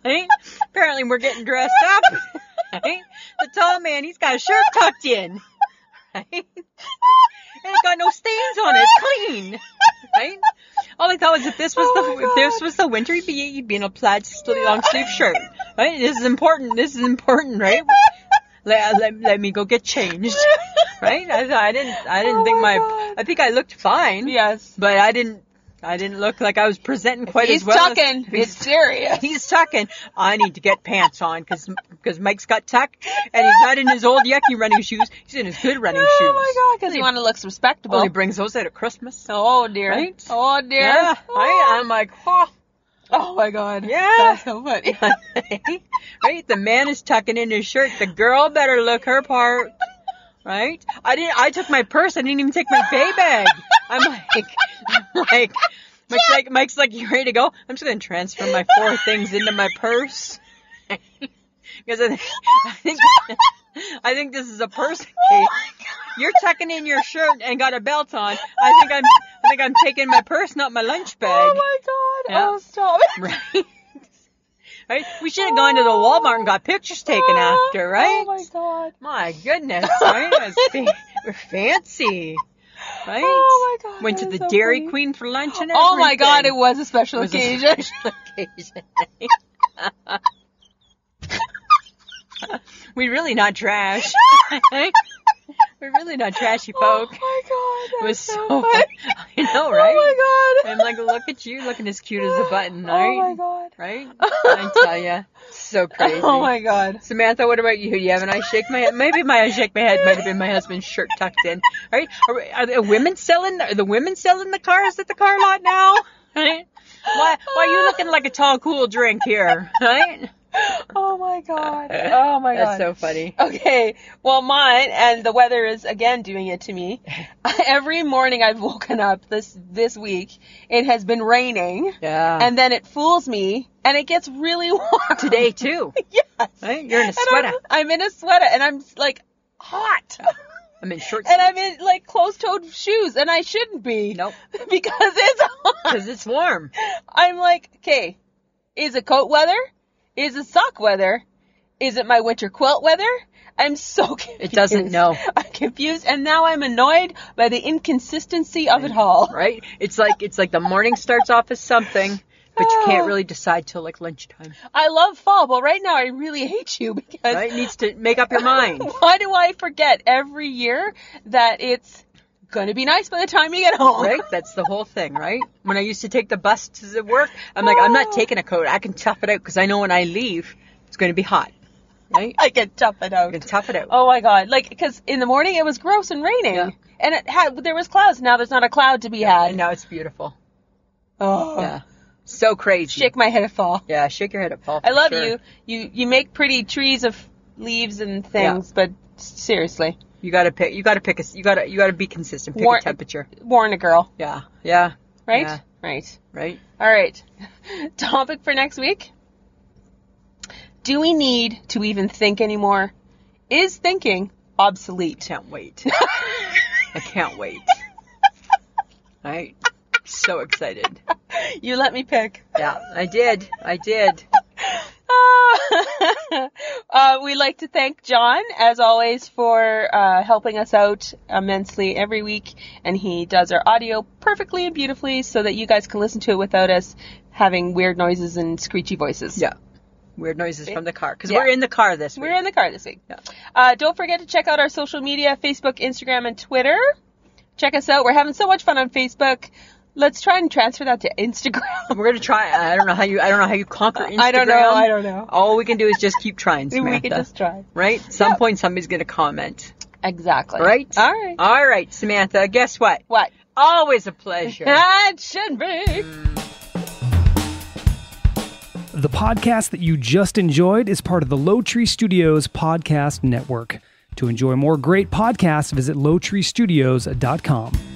Right? Apparently we're getting dressed up. Right? The tall man he's got a shirt tucked in. Right? And it's got no stains on it. It's clean. Right? All I thought was if this was Oh my the if God. this was the winter you'd be you'd be in a plaid sleeve long sleeve shirt. Right? This is important. This is important, right? let, let, let me go get changed right I, I didn't i didn't Oh think my my, God. i think i looked fine Yes. but i didn't i didn't look like i was presenting quite He's as well as- talking. It's serious. he's tucking i need to get pants on because mike's got tucked and he's not in his old yucky running shoes he's in his good running shoes Oh my god, because he want to look respectable. only brings those out at christmas Oh dear. Right? Oh dear. yeah I, Oh. i'm like oh Oh my god. Yeah. That's so funny. right? The man is tucking in his shirt. The girl better look her part. Right? I didn't I took my purse, I didn't even take my bay bag. I'm like I'm like Mike's like Mike's like, You ready to go? I'm just gonna transfer my four things into my purse. Because I, think- I think I think this is a purse case. You're tucking in your shirt and got a belt on. I think I'm I think I'm taking my purse, not my lunch bag. Oh my god. Yeah. Oh stop. Right. right? We should have gone to the Walmart and got pictures taken after, right? Oh my god. My goodness, right? That's fa- we're fancy, right? Oh my God, Went that to is the so Dairy funny. Queen for lunch and everything. Oh my god, it was a special was a occasion. special occasion. we really not trash. We're really not trashy Oh folk. my god. it That was so fun. funny. I know, right? Oh my god. I'm like, look at you, looking as cute as a button, right? Oh my god. Right? I tell ya, so crazy. Oh my god. Samantha, what about you? You have an I shake my head. Maybe my I shake my head might have been my husband's shirt tucked in. All right? Are, are the women selling? Are the women selling the cars at the car lot now? Right? Why? Why are you looking like a tall, cool drink here? Right? Oh my god. Oh my god. That's so funny. Okay, well, mine and the weather is again doing it to me. Every morning I've woken up this this week, it has been raining, Yeah. and then it fools me, and it gets really warm. today too. yes, Right? You're in a And I'm- sweater. I'm, in a sweater, and I'm like hot, I'm in short and I'm in like closed-toed shoes, and I shouldn't be. Nope. because it's hot. because it's warm. I'm like, okay, is it coat weather? Is it sock weather? Is it my winter quilt weather? I'm so confused. It doesn't know. I'm confused, and now I'm annoyed by the inconsistency of it all. Right? It's like it's like the morning starts off as something, but you Oh. can't really decide till like lunchtime. I love fall, but right now I really hate you because Right? Needs to make up your mind. why do I forget every year that it's gonna be nice by the time you get home? Right? That's the whole thing, right? When I used to take the bus to the work, I'm like, I'm not Oh. taking a coat. I can tough it out because I know when I leave, it's going to be hot. Right? I can tough it I out. can tough it out. Oh my god! Like, because in the morning it was gross and raining, Yeah. and it had there was clouds. Now there's not a cloud to be had. And now it's beautiful. Oh. Yeah. So crazy. Shake my head at fall. Yeah, shake your head up, Paul. I for love sure. you. You you make pretty trees of leaves and things, but seriously, You gotta pick. You gotta pick a. You gotta. You gotta be consistent. Pick Warm- a temperature. warn a girl, Yeah. Yeah. right? Yeah. Right. Right. All right. Topic for next week. Do we need to even think anymore? Is thinking obsolete? Can't wait. I can't wait. Right. So excited. You let me pick. Yeah. I did. I did. Ah. Uh, we'd like to thank John, as always, for uh, helping us out immensely every week. And he does our audio perfectly and beautifully so that you guys can listen to it without us having weird noises and screechy voices. Yeah. Weird noises from the car. Because Yeah. we're in the car this week. We're in the car this week. Uh, don't forget to check out our social media Facebook, Instagram, and Twitter. Check us out. We're having so much fun on Facebook. Let's try and transfer that to Instagram. We're gonna try. I don't know how you. I don't know how you conquer Instagram. I don't know, I don't know. All we can do is just keep trying. we Samantha. can just try. Right. Some point somebody's gonna comment. Exactly. Right. All right. All right, Samantha. Guess what? what? Always a pleasure. That should be. The podcast that you just enjoyed is part of the Low Tree Studios Podcast Network. To enjoy more great podcasts, visit lowtreestudios.com.